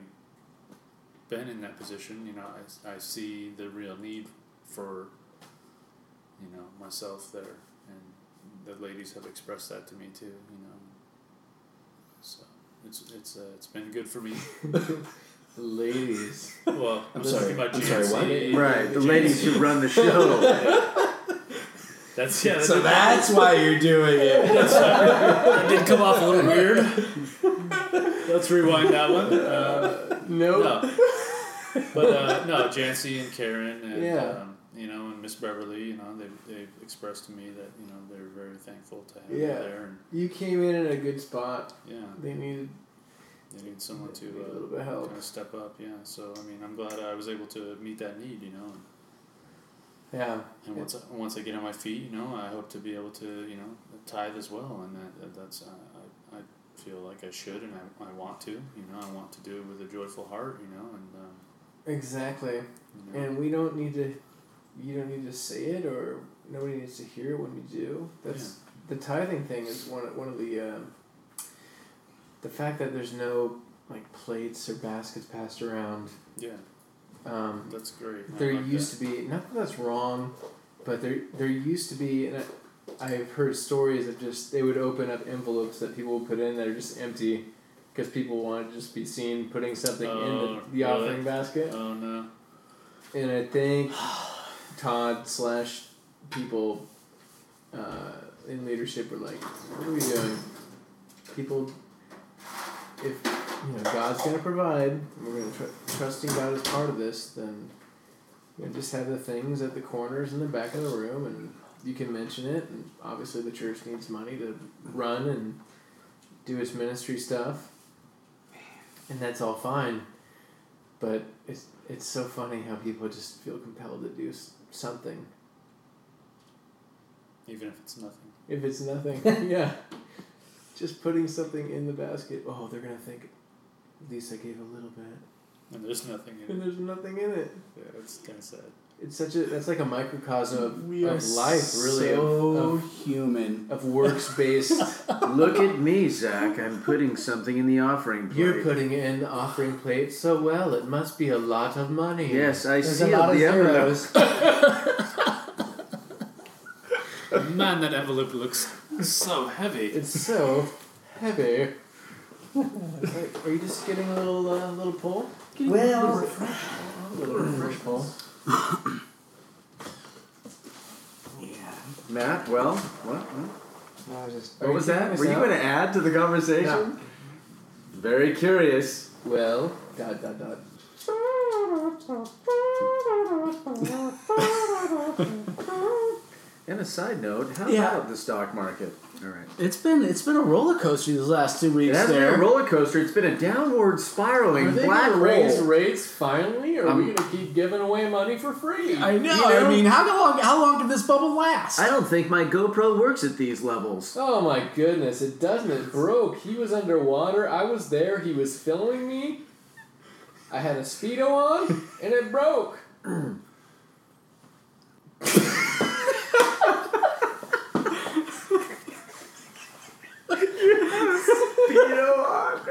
C: been in that position, you know, I, I see the real need for, you know, myself there, and the ladies have expressed that to me too, you know. So it's it's uh, it's been good for me.
F: Ladies.
C: Well, I'm, talking about
G: I'm
C: GNC.
G: sorry, what?
D: Right, the ladies who run the show.
C: That's yeah. That
G: So that's why you're doing it.
C: did come off a little weird. Let's rewind that one. Uh,
F: No.
C: No. but uh, no, Jancy and Karen and
F: Yeah.
C: um, you know and Miss Beverly, you know, they they expressed to me that you know they're very thankful to have me
F: Yeah.
C: there and
F: You came in at a good spot.
C: yeah,
F: They needed
C: they need someone to
F: Need a
C: uh,
F: little bit of help.
C: kind of step up. Yeah, so I mean, I'm glad I was able to meet that need, you know. And,
F: Yeah.
C: and once I, once I get on my feet, you know, I hope to be able to you know tithe as well, and that, that that's uh, I I feel like I should and I, I want to, you know, I want to do it with a joyful heart, you know, and. Um,
F: Exactly.
C: you know,
F: And we don't need to you don't need to say it or nobody needs to hear it when you do. That's the tithing thing is one one of the um, the fact that there's no like plates or baskets passed around.
C: yeah,
F: Um,
C: that's great. I
F: there
C: like that.
F: used to be not that that's wrong, but there there used to be and I, I've heard stories of just they would open up envelopes that people would put in that are just empty because people wanted to just be seen putting something in
C: Oh,
F: the, the
C: really?
F: offering basket.
C: Oh no.
F: And I think Todd slash people uh, in leadership were like, "What are we doing? People, if you know God's gonna provide, and we're gonna tr- trusting God as part of this, then you know, just have the things at the corners in the back of the room, and you can mention it. And obviously, the church needs money to run and do its ministry stuff, and that's all fine. But it's it's so funny how people just feel compelled to do s- something
C: Even if it's nothing.
F: if it's nothing. yeah, just putting something in the basket. Oh, they're gonna think. At least I gave a little bit,
C: And there's nothing in
F: and
C: it.
F: there's nothing in it.
C: Yeah, that's kind of sad.
F: It's such a that's like a microcosm of,
G: We
F: of life, really,
G: so
F: of, of,
G: human.
F: of works based.
D: Look at me, Zach. I'm putting something in the offering plate.
F: You're putting in the offering plate so well. It must be a lot of money.
D: Yes, I
I: There's
D: see
I: a lot of
D: the envelope.
I: zeros.
C: Man, that envelope looks so heavy.
F: it's so heavy. Are you just getting a little uh, little pull?
I: Well,
F: A little refresh pull.
D: Matt, well, what? What,
F: I was just.
D: what was that? Were you going to add to the conversation?
F: No.
D: Very curious.
F: Well, dot dot dot.
D: And a side note, how
G: Yeah.
D: about the stock market? All right.
G: It's been it's been a roller coaster these last two
D: It
G: weeks.
D: hasn't
G: there,
D: been a roller coaster. It's been a downward spiraling
F: Are they
D: black
F: gonna raise
D: hole.
F: rates finally, or are we
D: Um,
F: gonna keep giving away money for free?
G: I know.
D: You know?
G: I mean, how long how long did this bubble last?
D: I don't think my GoPro works at these levels.
F: Oh my goodness, it doesn't. It broke. He was underwater. I was there. He was filming me. I had a Speedo on, and it broke.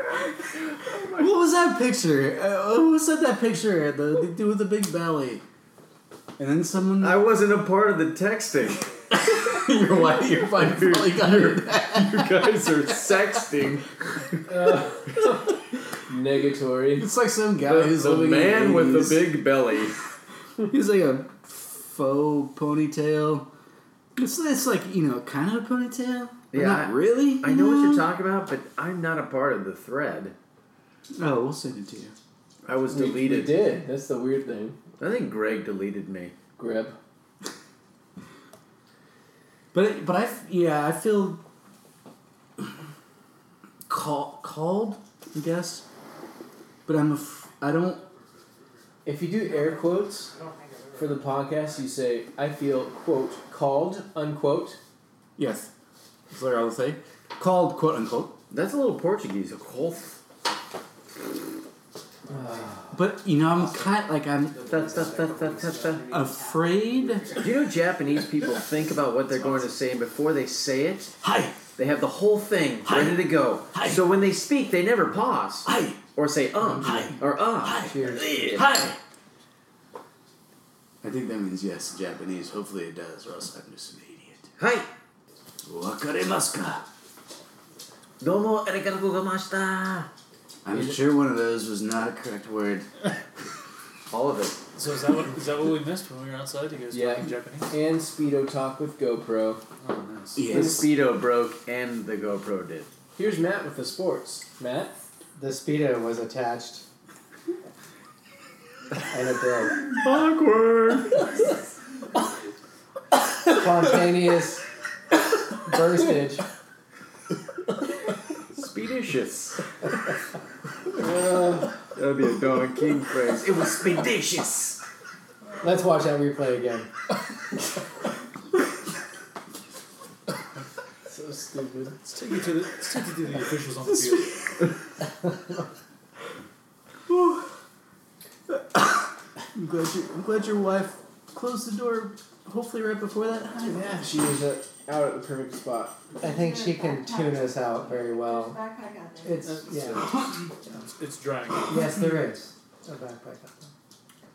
G: What was that picture? Uh, who sent that picture? The, the dude with the big belly. And then someone.
D: I wasn't a part of the texting.
G: your wife, your wife probably got it.
D: You guys are sexting.
F: Uh, negatory.
G: It's like some guy who's
D: the
G: living
D: man
G: in
D: with the
G: 80s.
D: big belly.
G: He's like a faux ponytail. It's, it's like you know, kind of a ponytail. But
D: Yeah,
G: not
D: I-
G: really.
D: I know what you're talking about, but I'm not a part of the thread.
G: talking. Oh, we'll send it to you.
D: I was
F: We-
D: deleted.
F: We did. That's the weird thing.
D: I think Greg deleted me.
F: Grip.
G: But it, but I f- yeah I feel call, called I guess, but I'm a f- I don't
F: If you do air quotes for the podcast, you say, "I feel quote called unquote."
G: yes that's what I would say called quote unquote.
D: That's a little Portuguese. A whole
G: But you know I'm kind like I'm
D: that, that, that, that, that, that.
G: afraid.
D: Do you know Japanese people think about what they're going to say and before they say it,
G: Hi
D: they have the whole thing
G: Hi.
D: ready to go.
G: Hi.
D: So when they speak, they never pause
G: hi
D: or say um
G: Hi.
D: or ah.
F: Cheers.
G: hi.
J: I think that means yes in Japanese. Hopefully it does, or else I'm just an idiot.
D: Hi.
J: Wakaremasu ka?
D: Domo arigatou gozaimashita.
J: I'm sure one of those was not a correct word.
D: All of it.
C: So is that what is that what we missed when we were outside? You guys
F: Yeah.
C: talking Japanese?
F: And Speedo talk with GoPro.
C: Oh, nice.
D: The speedo broke and the GoPro did.
F: Here's Matt with the sports. Matt.
I: the speedo was attached, and it broke.
D: Awkward.
I: Spontaneous burstage.
D: Speedicious.
F: Uh,
D: That would be a Don King phrase. It was speedicious.
I: Let's watch that replay again.
F: so stupid.
C: Let's take it to the let's take it to the officials on the field.
G: I'm glad you I'm glad your wife closed the door. Hopefully right before that. Hi.
F: Yeah, she was uh, out at the perfect spot.
I: I think she can tune us out very well. It's yeah.
C: It's drying. up.
I: Yes, there is a backpack. out there.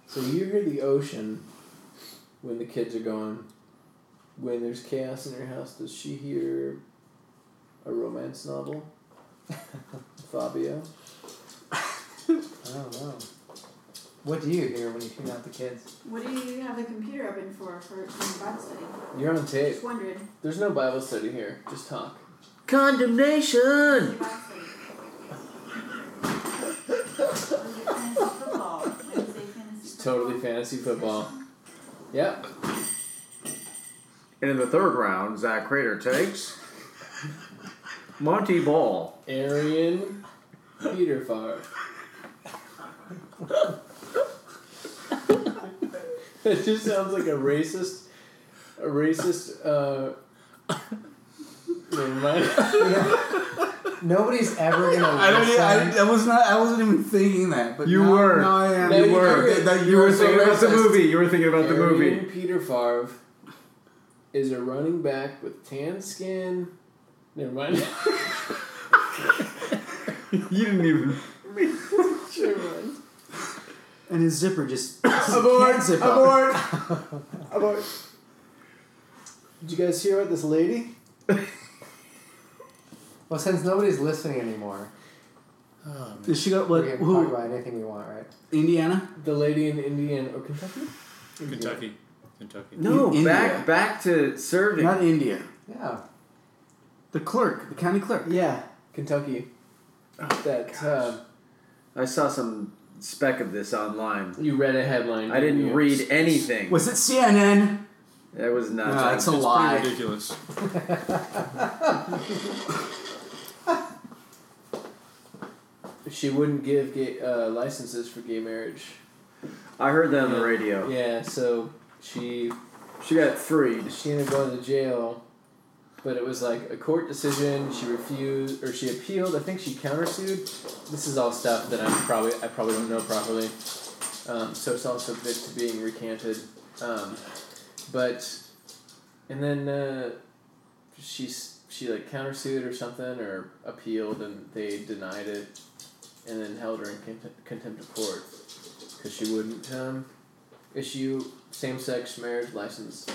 F: So you hear the ocean when the kids are gone. When there's chaos in her house, does she hear a romance novel? Fabio?
I: I don't know. What do you hear when you tune out the kids?
K: What do you have the computer open for for for Bible study?
F: You're on tape.
K: Just wondering.
F: There's no Bible study here. Just talk.
D: Condemnation.
K: Bible study. Wednesday fantasy football. Wednesday fantasy
F: It's totally fantasy football. Yep.
D: And in the third round, Zach Crater takes Monty Ball.
F: Arian Peter Farr. that just sounds like a racist, a racist. Uh, never mind.
I: Nobody's ever gonna.
G: I don't.
I: listen.
G: I, I was not. I wasn't even thinking that. But
D: You
G: now-
D: were.
G: now I am.
F: No, you were.
G: That- that
D: You were
G: so
D: thinking about the
G: racist.
D: movie. You were thinking about the
F: Arian
D: movie.
F: Peter Favre is a running back with tan skin. Never mind.
D: You didn't even.
F: Never mind.
G: And his zipper just abort. Zip up.
D: Abort.
F: Abort. Did you guys hear about this lady?
I: Well, since nobody's listening anymore,
F: Oh,
G: Does she got what?
A: We can
G: Who?
A: talk about anything we want, right?
G: Indiana?
F: The lady in Indiana or Kentucky?
C: Kentucky. Kentucky.
D: No,
G: In- India.
D: back back to serving.
G: Not India.
A: Yeah.
G: The clerk, the county clerk.
F: Yeah, Kentucky.
D: Oh
F: that uh,
D: I saw some speck of this online.
F: you read a headline.
D: I didn't
F: you?
D: read anything.
G: Was it CNN?
D: That was not.
G: No, that's Uh, a
C: it's
G: lie.
C: pretty ridiculous.
F: She wouldn't give gay, uh, licenses for gay marriage.
D: I heard that on the radio.
F: Yeah, so she
D: She got freed.
F: she ended up going to jail, but it was like a court decision. She refused, or she appealed. I think she countersued. This is all stuff that I'm probably I probably don't know properly. Um, so it's all subject to being recanted. Um, but and then uh, she s- she like countersued or something or appealed and they denied it, and then held her in contempt, contempt of court because she wouldn't um, issue same sex marriage license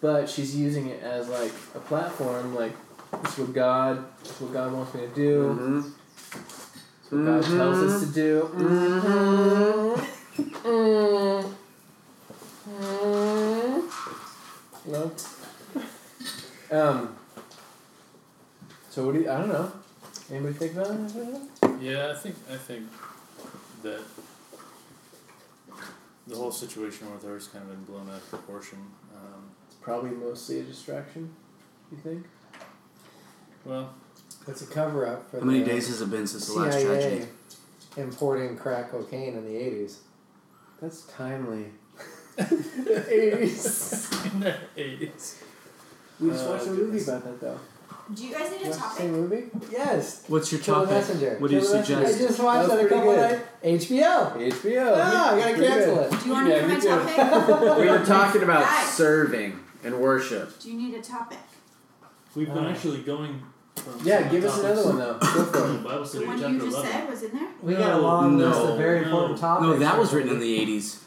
F: but she's using it as like a platform like it's what god it's what god wants me to do
D: Mm-hmm.
F: it's what god tells us to do mm-hmm. no um so what do you i don't know anybody think about it
C: Yeah, I think I think that the whole situation with her has kind of been blown out of proportion. Um,
F: probably mostly a distraction you think
C: well,
A: It's a cover up for
G: How many
A: the
G: days has it been since the last
A: CIA
G: tragedy?
A: importing crack cocaine in the 80s.
F: that's timely
C: in the eighties.
F: we just
C: Oh,
F: watched a
A: Uh,
F: movie
C: goodness.
F: about that though
K: Do you guys need a
F: watch the
K: topic?
F: same movie
A: Yes.
G: What's your
A: Kill the
G: topic?
A: Messenger.
G: What do you
A: Kill the Messenger.
G: suggest?
A: I just
F: That
A: watched
F: was
A: that a
F: pretty
A: couple
F: good.
A: nights. HBO.
F: HBO.
A: Ah, I gotta
F: Pretty
A: cancel
F: good.
A: it.
K: Do you want to
F: Yeah,
K: hear
F: me
K: my
F: too.
K: topic?
D: We were talking about
K: Guys.
D: serving and worship.
K: Do you need a topic?
C: We've been
F: Uh,
C: actually going. From
F: Yeah, give us another one though. Go for it.
C: Bible
K: The
C: study
K: one
C: chapter
K: you just
C: eleven.
K: said was in there?
A: We got a
C: No,
A: long list
G: no,
A: of very
C: no.
A: important topics.
G: No, that was written in the 80s.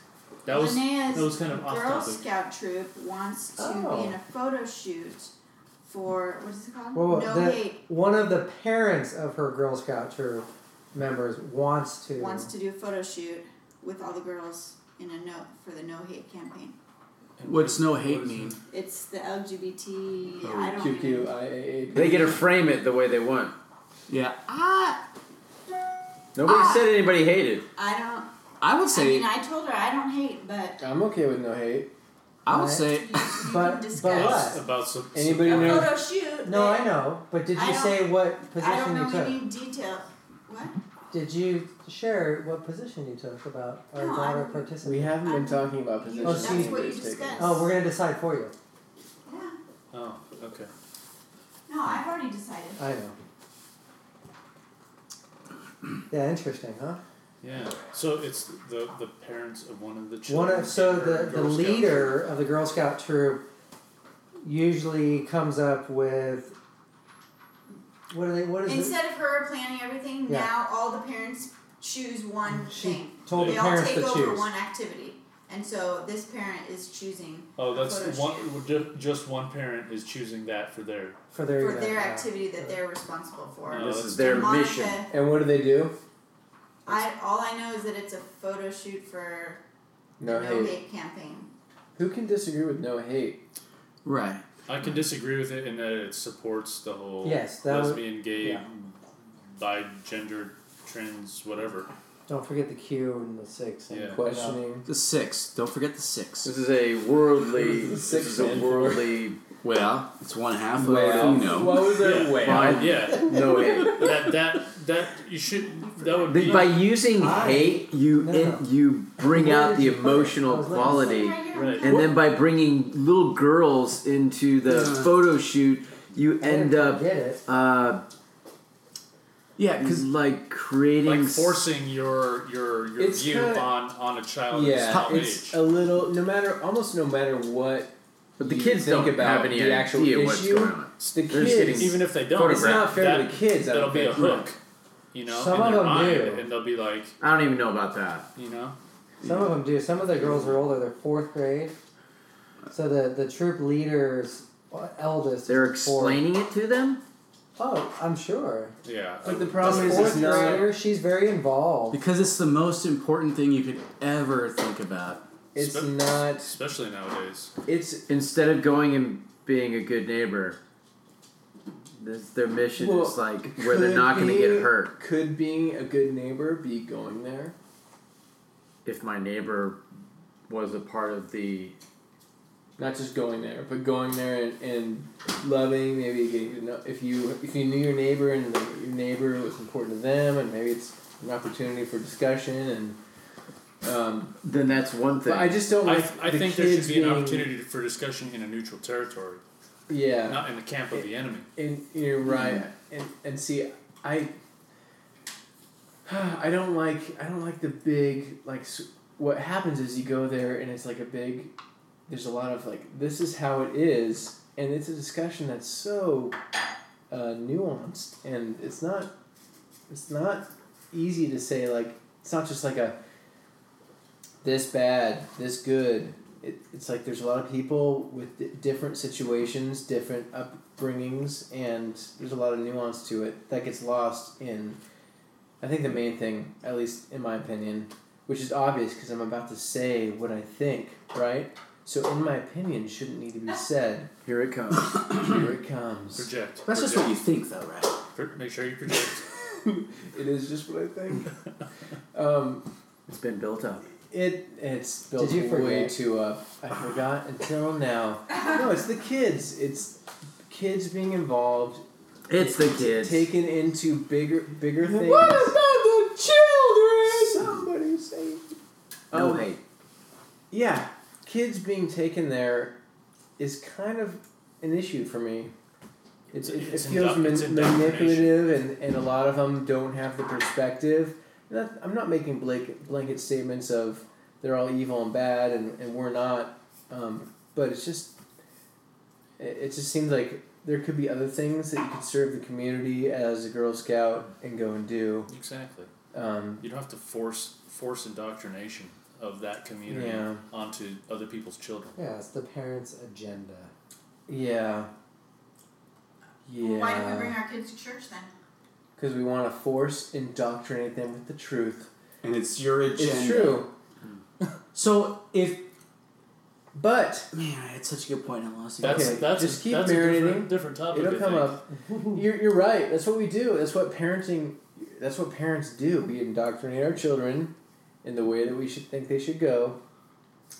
C: That was
K: Linnea's
C: that was kind of off
K: Girl
C: topic.
K: Scout troop wants to
F: Oh.
K: be in a photo shoot for what is it called?
A: Whoa, whoa,
K: no
A: that-
K: hate
A: One of the parents of her Girl Scout troop members wants to.
K: wants to do a photo shoot with all the girls in a no for the no hate campaign.
G: What's no hate
C: What is it?
G: mean?
K: It's the LGBT.
G: Oh,
K: I don't even-
F: QQIAA.
D: They get to frame it the way they want.
G: Yeah,
K: Ah,
D: Nobody
K: Ah.
D: said anybody hated.
K: I don't.
G: I would
K: I
G: say,
K: mean, I told her I don't hate, but
F: I'm okay with no hate.
G: I would
A: I-
G: say,
K: you, you
A: But-
K: can discuss.
A: but
C: That
A: what?
C: was about some.
F: Anybody
K: a
F: know?
K: photo shoot.
A: No,
K: that-
A: I know, but did
K: I
A: you
K: don't-
A: say what
K: I don't
A: position you
K: know
A: took?
K: any detail. What?
A: Did you share what position you took about our
K: No, I
A: daughter
K: don't-
F: We
A: participating?
F: haven't been
K: I'm-
F: talking about
K: you-
F: positions.
A: that's
F: anybody's
A: what
K: you
F: taken.
K: discussed.
A: Oh, we're gonna decide for you.
K: Yeah.
C: Oh, okay.
K: No, I've already decided.
A: I know. Yeah, interesting, huh?
C: Yeah. So it's the the parents of one of the
A: One
C: children.
A: of so
C: or
A: the, the
C: Girl Scout
A: leader of the Girl Scout troop usually comes up with what are they? What is it?
K: Instead of her planning everything,
A: Yeah.
K: now all the parents choose one
A: She
K: thing.
A: told the
K: they all
A: parents
K: take
A: to
K: over
A: choose.
K: one activity, and so this parent is choosing
C: Oh, that's
K: Photo
C: one. Just, just one parent is choosing that for their.
A: For their,
K: for
A: event,
K: their
A: yeah.
K: activity that they're responsible for.
C: Oh,
D: This
C: that's
D: is their
K: And Monica,
D: mission.
F: And what do they do?
K: I all I know is that it's a photo shoot for
F: No
K: the
F: hate.
K: hate campaign.
F: Who can disagree with no hate?
G: right.
C: I can disagree with it in that it supports the whole
A: Yes, that was,
C: lesbian, gay,
A: yeah.
C: bi, gender, trans, whatever.
A: don't forget the Q and the six. And
C: Yeah.
F: Questioning.
G: The six. Don't forget the six.
D: This is a worldly. this
F: Six
D: is a
F: men.
D: worldly.
G: Well, it's one half of
F: Well,
G: you know.
F: what was
C: Yeah.
F: it? Well,
D: Fine.
C: Yeah,
D: No hate.
C: that that that you should. That would be.
D: By using
A: I-
D: hate, you
A: No.
D: in, you bring
A: Where
D: out
A: did
D: the
A: you put it? I
D: emotional
A: was looking.
D: quality,
C: Right.
D: and then by bringing little girls into the
G: Yeah.
D: photo shoot, you
A: I didn't
D: end up
A: Get it?
D: uh,
G: Yeah,
D: because
G: because
D: like creating
C: like forcing your your your
F: It's
C: view
F: kinda-
C: on on a child
F: yeah,
C: of this
F: it's a little. No matter, almost no matter what.
D: But the
F: you
D: kids
F: think
D: don't
F: about
D: have any
F: the actual
D: idea
F: issue.
D: what's going on.
F: The
D: They're just
F: kids.
C: age. Even if they don't,
F: it's not fair
C: that-
F: to the kids. I
C: That'll
F: don't
C: be a
F: think.
C: hook, you know.
A: Some
C: in
A: of
C: their
A: them
C: mind,
A: do.
C: and they'll be like,
D: I don't even know about that.
C: you know,
A: Some of them do. Some of the girls are older. They're fourth grade. So the the troop leaders, eldest.
D: They're
A: is fourth.
D: explaining it to them.
I: Oh, I'm sure.
C: Yeah.
F: But the problem is,
I: fourth
F: it's not.
I: grader, she's very involved.
G: Because it's the most important thing you could ever think about.
F: It's
C: Spe-
F: not.
C: Especially nowadays.
F: It's
D: Instead of going and being a good neighbor, this, their mission
F: Well,
D: is like where they're
F: could
D: not going to get
F: being-
D: hurt.
F: Could being a good neighbor be going there?
D: If my neighbor was a part of the
F: Not just going there, but going there and, and loving. Maybe getting to know if you if you knew your neighbor and like, your neighbor was important to them, and maybe it's an opportunity for discussion and. Um,
D: then that's one thing.
F: but I just don't
C: I,
F: like.
C: I
F: the
C: think there should
F: kids
C: be an
F: being-
C: opportunity for discussion in a neutral territory,
F: Yeah.
C: not in the camp of the enemy.
F: And you're right. And and see, I I don't like I don't like the big like s- what happens is you go there and it's like a big there's a lot of like this is how it is and it's a discussion that's so uh, nuanced and it's not it's not easy to say like it's not just like a this bad this good it, it's like there's a lot of people with di- different situations different upbringings and there's a lot of nuance to it that gets lost in i think the main thing at least in my opinion which is obvious because i'm about to say what i think right so in my opinion shouldn't need to be said
D: here it comes.
F: here it comes
C: Project.
G: That's just what you think, though, right?
C: Pro- Make sure you project.
F: it is just what i think um,
D: It's been built up.
F: It it's built
I: Did you
F: way
I: forget?
F: too up. I forgot until now. No, it's the kids. It's kids being involved.
D: It's the kids.
F: taken into bigger bigger things.
I: the children?
F: Somebody say.
D: no
F: Um,
D: hate.
F: yeah, kids being taken there is kind of an issue for me. It's, it,
C: It's
F: it feels
C: indo- it's
F: man-
C: indoctrination.
F: manipulative, and, and a lot of them don't have the perspective. And that- I'm not making blanket, blanket statements of they're all evil and bad, and, and we're not. Um, but it's just, it, it just seems like there could be other things that you could serve the community as a Girl Scout and go and do.
C: exactly.
F: Um,
C: You don't have to force force indoctrination of that community
F: Yeah.
C: onto other people's children.
I: Yeah, it's the parents' agenda.
F: yeah. Yeah.
K: Well, why do we bring our kids to church then?
F: Because we want to force indoctrinate them with the truth.
G: And it's your agenda.
F: It's true.
G: So if
F: But
G: man, I had such a good point. I lost it.
C: That's
F: Okay,
C: that's
F: just
C: a,
F: keep
C: that's a
F: marinating.
C: different, different topic.
F: it'll
C: I
F: come
C: think.
F: up. You're, you're right. That's what we do. That's what parenting. That's what parents do. We indoctrinate our children in the way that we should think they should go.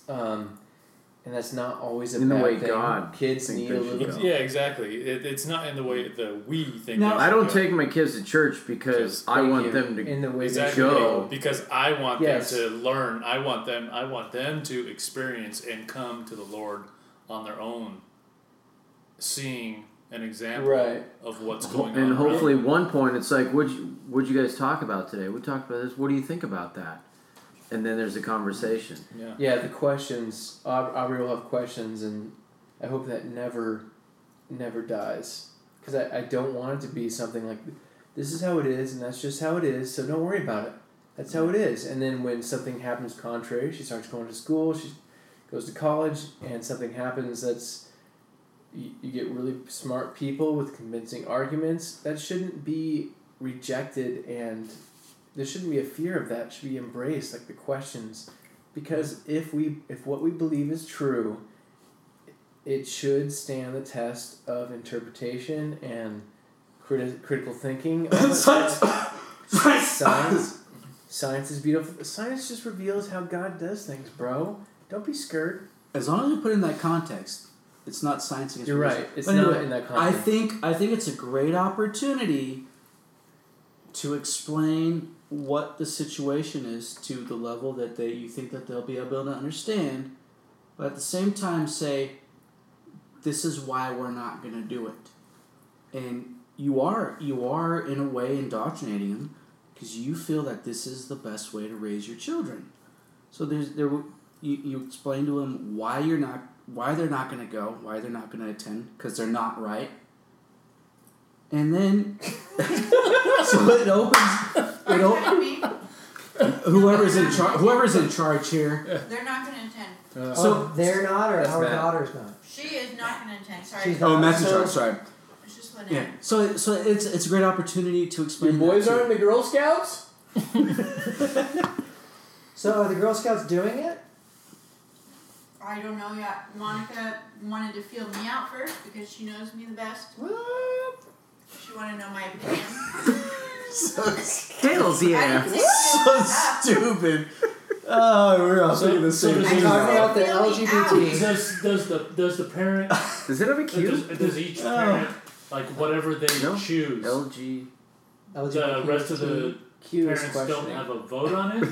F: Um, and that's not always a
D: In the
F: bad
D: way
F: thing.
D: God
F: Kids
D: think
F: need
D: they
F: a
D: should
F: little.
D: go.
C: Yeah, exactly. It, it's not in the way that we think.
G: No.
C: they should
D: I don't
C: go.
D: take my kids to church because I
F: Thank
D: want
F: you.
D: them to
F: in the way
C: exactly
F: they should
D: go.
C: because I want
F: Yes.
C: them to learn. I want them. I want them to experience and come to the Lord on their own, seeing an example
F: Right.
C: of what's going on.
D: and
C: around
D: hopefully
C: them.
D: at one point it's like what you, what you guys talk about today we talked about this what do you think about that and then there's a conversation
C: yeah.
F: Yeah, the questions. Aub- Aubrey will have questions, and I hope that never, never dies. Because I, I don't want it to be something like, this is how it is, and that's just how it is, so don't worry about it. That's how it is. And then when something happens contrary, she starts going to school, she goes to college, and something happens that's. You, you get really smart people with convincing arguments. That shouldn't be rejected, and there shouldn't be a fear of that. It should be embraced, like the questions because if we if what we believe is true it should stand the test of interpretation and criti- critical thinking science science science is beautiful science just reveals how god does things bro don't be scared
G: As long as you put it in that context, it's not science against
F: You're
G: religion.
F: right. It's
G: But
F: not
G: anyway,
F: in that
G: I
F: context.
G: think I think it's a great opportunity to explain what the situation is to the level that they you think that they'll be able to understand, but at the same time say, this is why we're not going to do it, and you are you are in a way indoctrinating them because you feel that this is the best way to raise your children. So there's there w- you, you explain to them why you're not why they're not going to go, why they're not going to attend because they're not right. And then so it opens
K: Are
G: it
K: you
G: op-
K: kidding me?
G: whoever's in charge whoever's in charge here.
K: They're not going to attend.
A: Oh,
I: So they're not, or
F: Uh, That's
I: our
F: bad.
I: daughter's not.
K: She is not going to attend. Sorry.
I: She's
G: Oh,
I: not.
G: Matt's in
I: So-
G: charge, sorry.
K: It's just one
G: Yeah.
K: out.
G: So so it's it's a great opportunity to
F: Your
G: explain.
F: boys
G: that to-
F: aren't the Girl Scouts?
I: So are the Girl Scouts doing it?
K: I don't know yet. Monica wanted to feel me out first because she knows me the best. She wanted to know my opinion.
G: so Scales, yeah.
K: I didn't
G: So stupid. Oh, we're all
L: So-
G: thinking the
L: so
G: same
L: does
G: thing.
L: he-
G: now.
I: About the
L: Does,
I: LGBT.
L: does the does the parent
D: Does it have a Q?
L: does, does each parent like whatever they
D: Oh. No.
L: choose?
D: LG.
L: The rest of the
F: Q is
L: parents don't
F: questioning.
L: have a vote on it.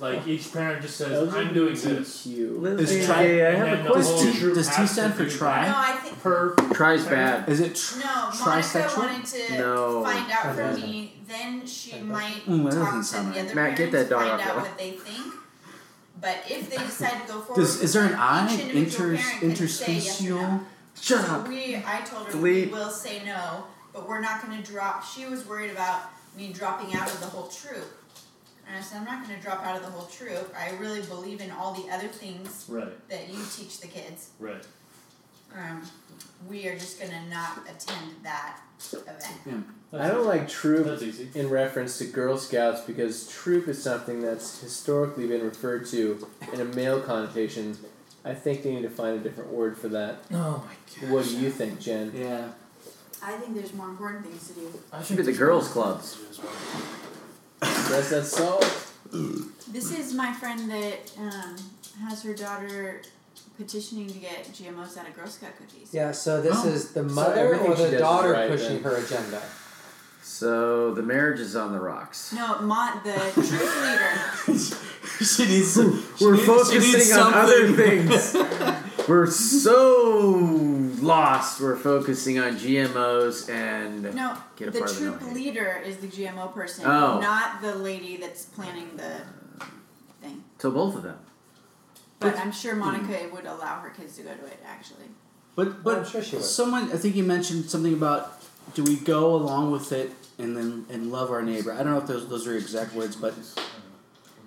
L: Like each parent just says, "I'm doing this."
F: LGBTQ.
G: Is
L: And
G: tri-
L: then
G: I have
L: the
G: a
L: whole
G: question. Does T-
L: troop
G: does T
L: has to
G: stand for
L: do
G: try?
K: No, I think
L: Per
D: Try's bad.
G: Is it tr-
K: no. Monica
G: Trisexual?
K: wanted to
D: No.
K: find out from
I: Trisexual.
K: me. Then she might
G: Mm, that
K: talk
G: doesn't
K: to the
G: sound right.
K: other
D: Matt, get that
K: parents
D: dog
K: find
D: off
K: out
D: your-
K: what they think. But if they decide to go forward,
G: does, is there an
K: each
G: I?
K: individual
G: Inter,
K: parent can say yes or no.
G: interspecies? Shut
K: So
G: up.
K: we, I told her
D: Delete.
K: we will say no, but we're not going to drop. She was worried about me dropping out of the whole troop, and I said I'm not going to drop out of the whole troop. I really believe in all the other things
L: Right,
K: that you teach the kids.
L: right.
K: Um, we are just going to not attend that event.
F: I don't like troop
L: That's easy.
F: in reference to Girl Scouts because troop is something that's historically been referred to in a male connotation. I think they need to find a different word for that.
L: Oh
F: What do you think, Jen?
G: Yeah.
K: I think there's more important things to do.
L: my!
D: Should be the girls' clubs.
F: That's that salt.
K: This is my friend that um, has her daughter petitioning to get GMOs out of Girl Scout cookies.
I: Yeah, so this is the
F: Oh. So
I: mother
F: everything
I: or
F: she does
I: the
F: is
I: daughter
F: right,
I: pushing
F: then.
I: her agenda.
D: So the marriage is on the rocks.
K: No, Ma, the troop leader.
G: She needs. some- she
D: We're
G: needs- she needs
D: focusing on other
G: something.
D: things. We're so lost. We're focusing on GMOs and
K: No,
D: Get a
K: the
D: part of the
K: troop
D: no-hate.
K: leader is the GMO person,
D: Oh.
K: not the lady that's planning the thing.
D: to both of them.
K: But I'm
D: hmm.
K: sure Monica would allow her kids to go to it. Actually,
G: But
I: Well,
G: but
I: I'm sure she would.
G: someone I think you mentioned something about do we go along with it and then and love our neighbor? I don't know if those those are exact words, but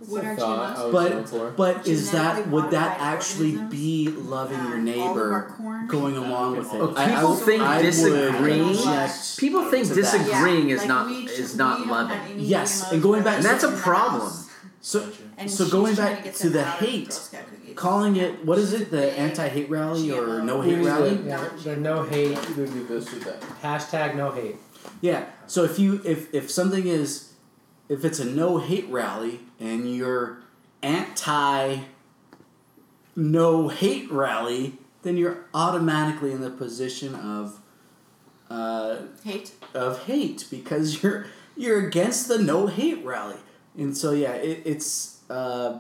K: what
F: I
K: are
F: thought I
K: GMOs?
F: was
G: But-
F: going for.
G: but is that
K: Genetically
G: would that
K: modified
G: actually
K: organisms?
G: be loving your
K: Um, all of our
G: neighbor?
K: corn.
G: Going along with it.
D: Oh,
G: I, I
D: people
G: would-
D: think
G: I would
D: disagreeing-
G: object
D: People think
G: to that.
D: disagreeing
K: Yeah,
D: is
K: like
D: not
K: we
D: is
K: should-
D: not
K: we don't
D: loving.
K: have any
G: Yes,
K: GMOs
G: and going back-
K: that are
G: And
D: that's a
K: in the
D: problem.
K: house.
G: So
K: And
G: So
K: she's
G: going
K: trying
G: back
K: get
G: to
K: them
G: the
K: out of
G: hate,
K: Girl Scout cookies.
G: calling it what is it? The anti-hate rally or no hate rally?
I: Yeah, the no hate
F: Either do this or that.
I: hashtag no hate.
G: Yeah. So if you if if something is if it's a no hate rally and you're anti no hate rally, then you're automatically in the position of uh,
K: Hate.
G: of hate because you're you're against the no hate rally. And so yeah, it, it's uh,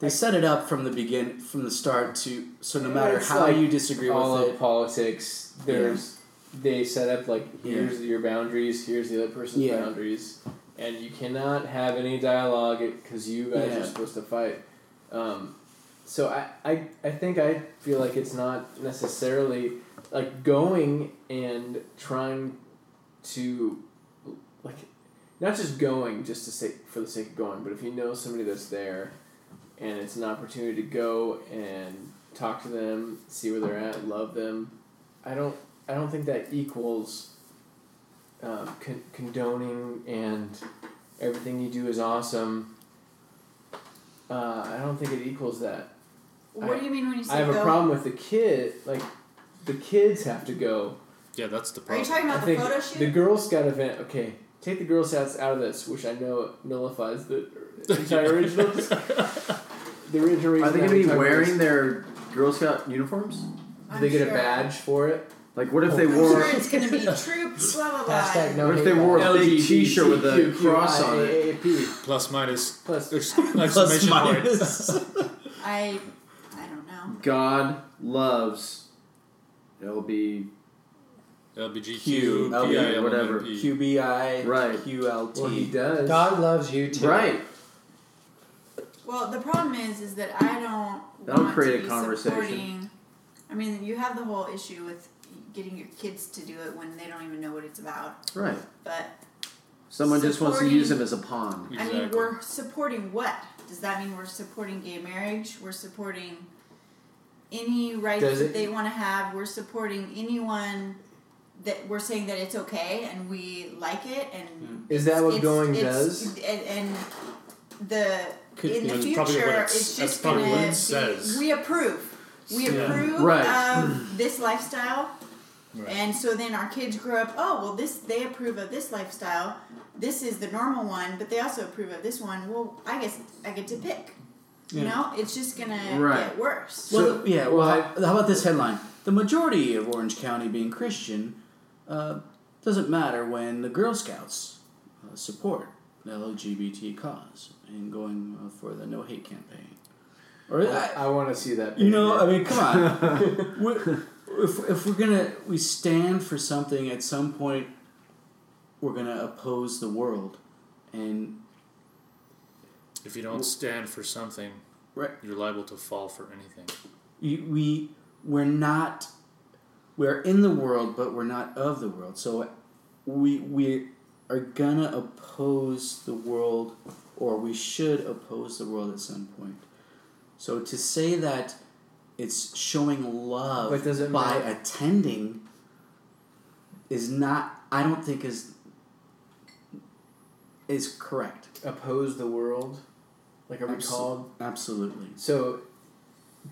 G: they set it up from the begin from the start to so no matter
F: It's
G: how
F: like
G: you disagree
F: all
G: with
F: of
G: it,
F: politics. There's they set up like
G: Yeah.
F: here's your boundaries, here's the other person's
G: Yeah.
F: boundaries, and you cannot have any dialogue because you guys
G: Yeah.
F: are supposed to fight. Um, so I, I I think I feel like it's not necessarily like going and trying to like not just going just to say for the sake of going, but if you know somebody that's there and it's an opportunity to go and talk to them, see where they're at, love them. I don't I don't think that equals um, con- condoning and everything you do is awesome. Uh, I don't think it equals that.
K: What
F: I-
K: do you mean when you say
F: I have
K: go?
F: a problem with the kid. Like the kids have to go.
H: Yeah, that's the
K: Are you
H: problem.
K: talking about
F: I
K: the
F: think
K: photo shoot?
F: the Girl Scout event. Okay, take the Girl Scouts out of this, which I know nullifies the entire original. the original. reason
D: Are they
F: that
D: gonna
F: we
D: be
F: talked about
D: wearing
F: this-
D: their Girl Scout uniforms?
K: I'm
F: Do they get
K: sure.
F: a badge for it?
D: Like, what if they
K: I'm
D: wore?
K: sure it's gonna be troops. Blah blah blah.
I: Hashtag no
D: What
I: hate.
D: if they
I: rally.
D: wore a big T-shirt with a
F: LGBTQIAAP.
D: cross on it?
H: Plus minus
F: Plus,
H: ex- exclamation point.
K: I, I don't know.
D: God loves. LB.
H: LBGQ,
D: LB,
H: PILMNE.
D: whatever.
G: QBI,
D: Right.
G: QLT.
F: well, he does.
I: God loves you too.
D: Right.
K: Well, the problem is, is that I don't.
D: That'll
K: want
D: create
K: to
D: a
K: be
D: conversation.
K: supporting- I mean, you have the whole issue with getting your kids to do it when they don't even know what it's about.
D: Right.
K: But
D: Someone just wants to use
K: Supporting-
D: him as a pawn.
K: I mean,
H: Exactly.
K: we're supporting what? Does that mean we're supporting gay marriage? We're supporting any rights
F: Does
K: that
F: it-
K: they want to have. We're supporting anyone that we're saying that it's okay and we like it and
F: Is that what
K: it's-
F: going
K: it's-
F: does?
K: And, and the
F: Could
K: in
F: be.
K: the
F: That's
K: future,
F: probably what it's-
K: it's
F: that's
K: just
F: probably
K: gonna
F: what it
K: be,
F: says.
K: we approve. We
F: Yeah.
K: approve
F: Right.
K: of this lifestyle,
H: Right.
K: and so then our kids grow up. Oh well, this they approve of this lifestyle. This is the normal one, but they also approve of this one. Well, I guess I get to pick. You
G: Yeah.
K: know, it's just gonna
G: Right.
K: get worse.
G: Well, yeah. Well, how, how about this headline? The majority of Orange County being Christian uh, doesn't matter when the Girl Scouts uh, support the LGBT cause and going uh, for the No Hate campaign. Or I,
F: I want to see that.
G: You know, I mean,
F: picture.
G: come on. We're- if, if we're gonna we stand for something at some point, we're gonna oppose the world, and
H: If you don't stand for something,
G: Right.
H: you're liable to fall for anything.
G: you, we we're not we're in the world, but we're not of the world. So we we are gonna oppose the world, or we should oppose the world at some point. So to say that it's showing love
F: But does it
G: by
F: matter?
G: attending is not. I don't think is is correct.
F: Oppose the world. Like, are we
G: Abso-
F: called?
G: Absolutely.
F: So,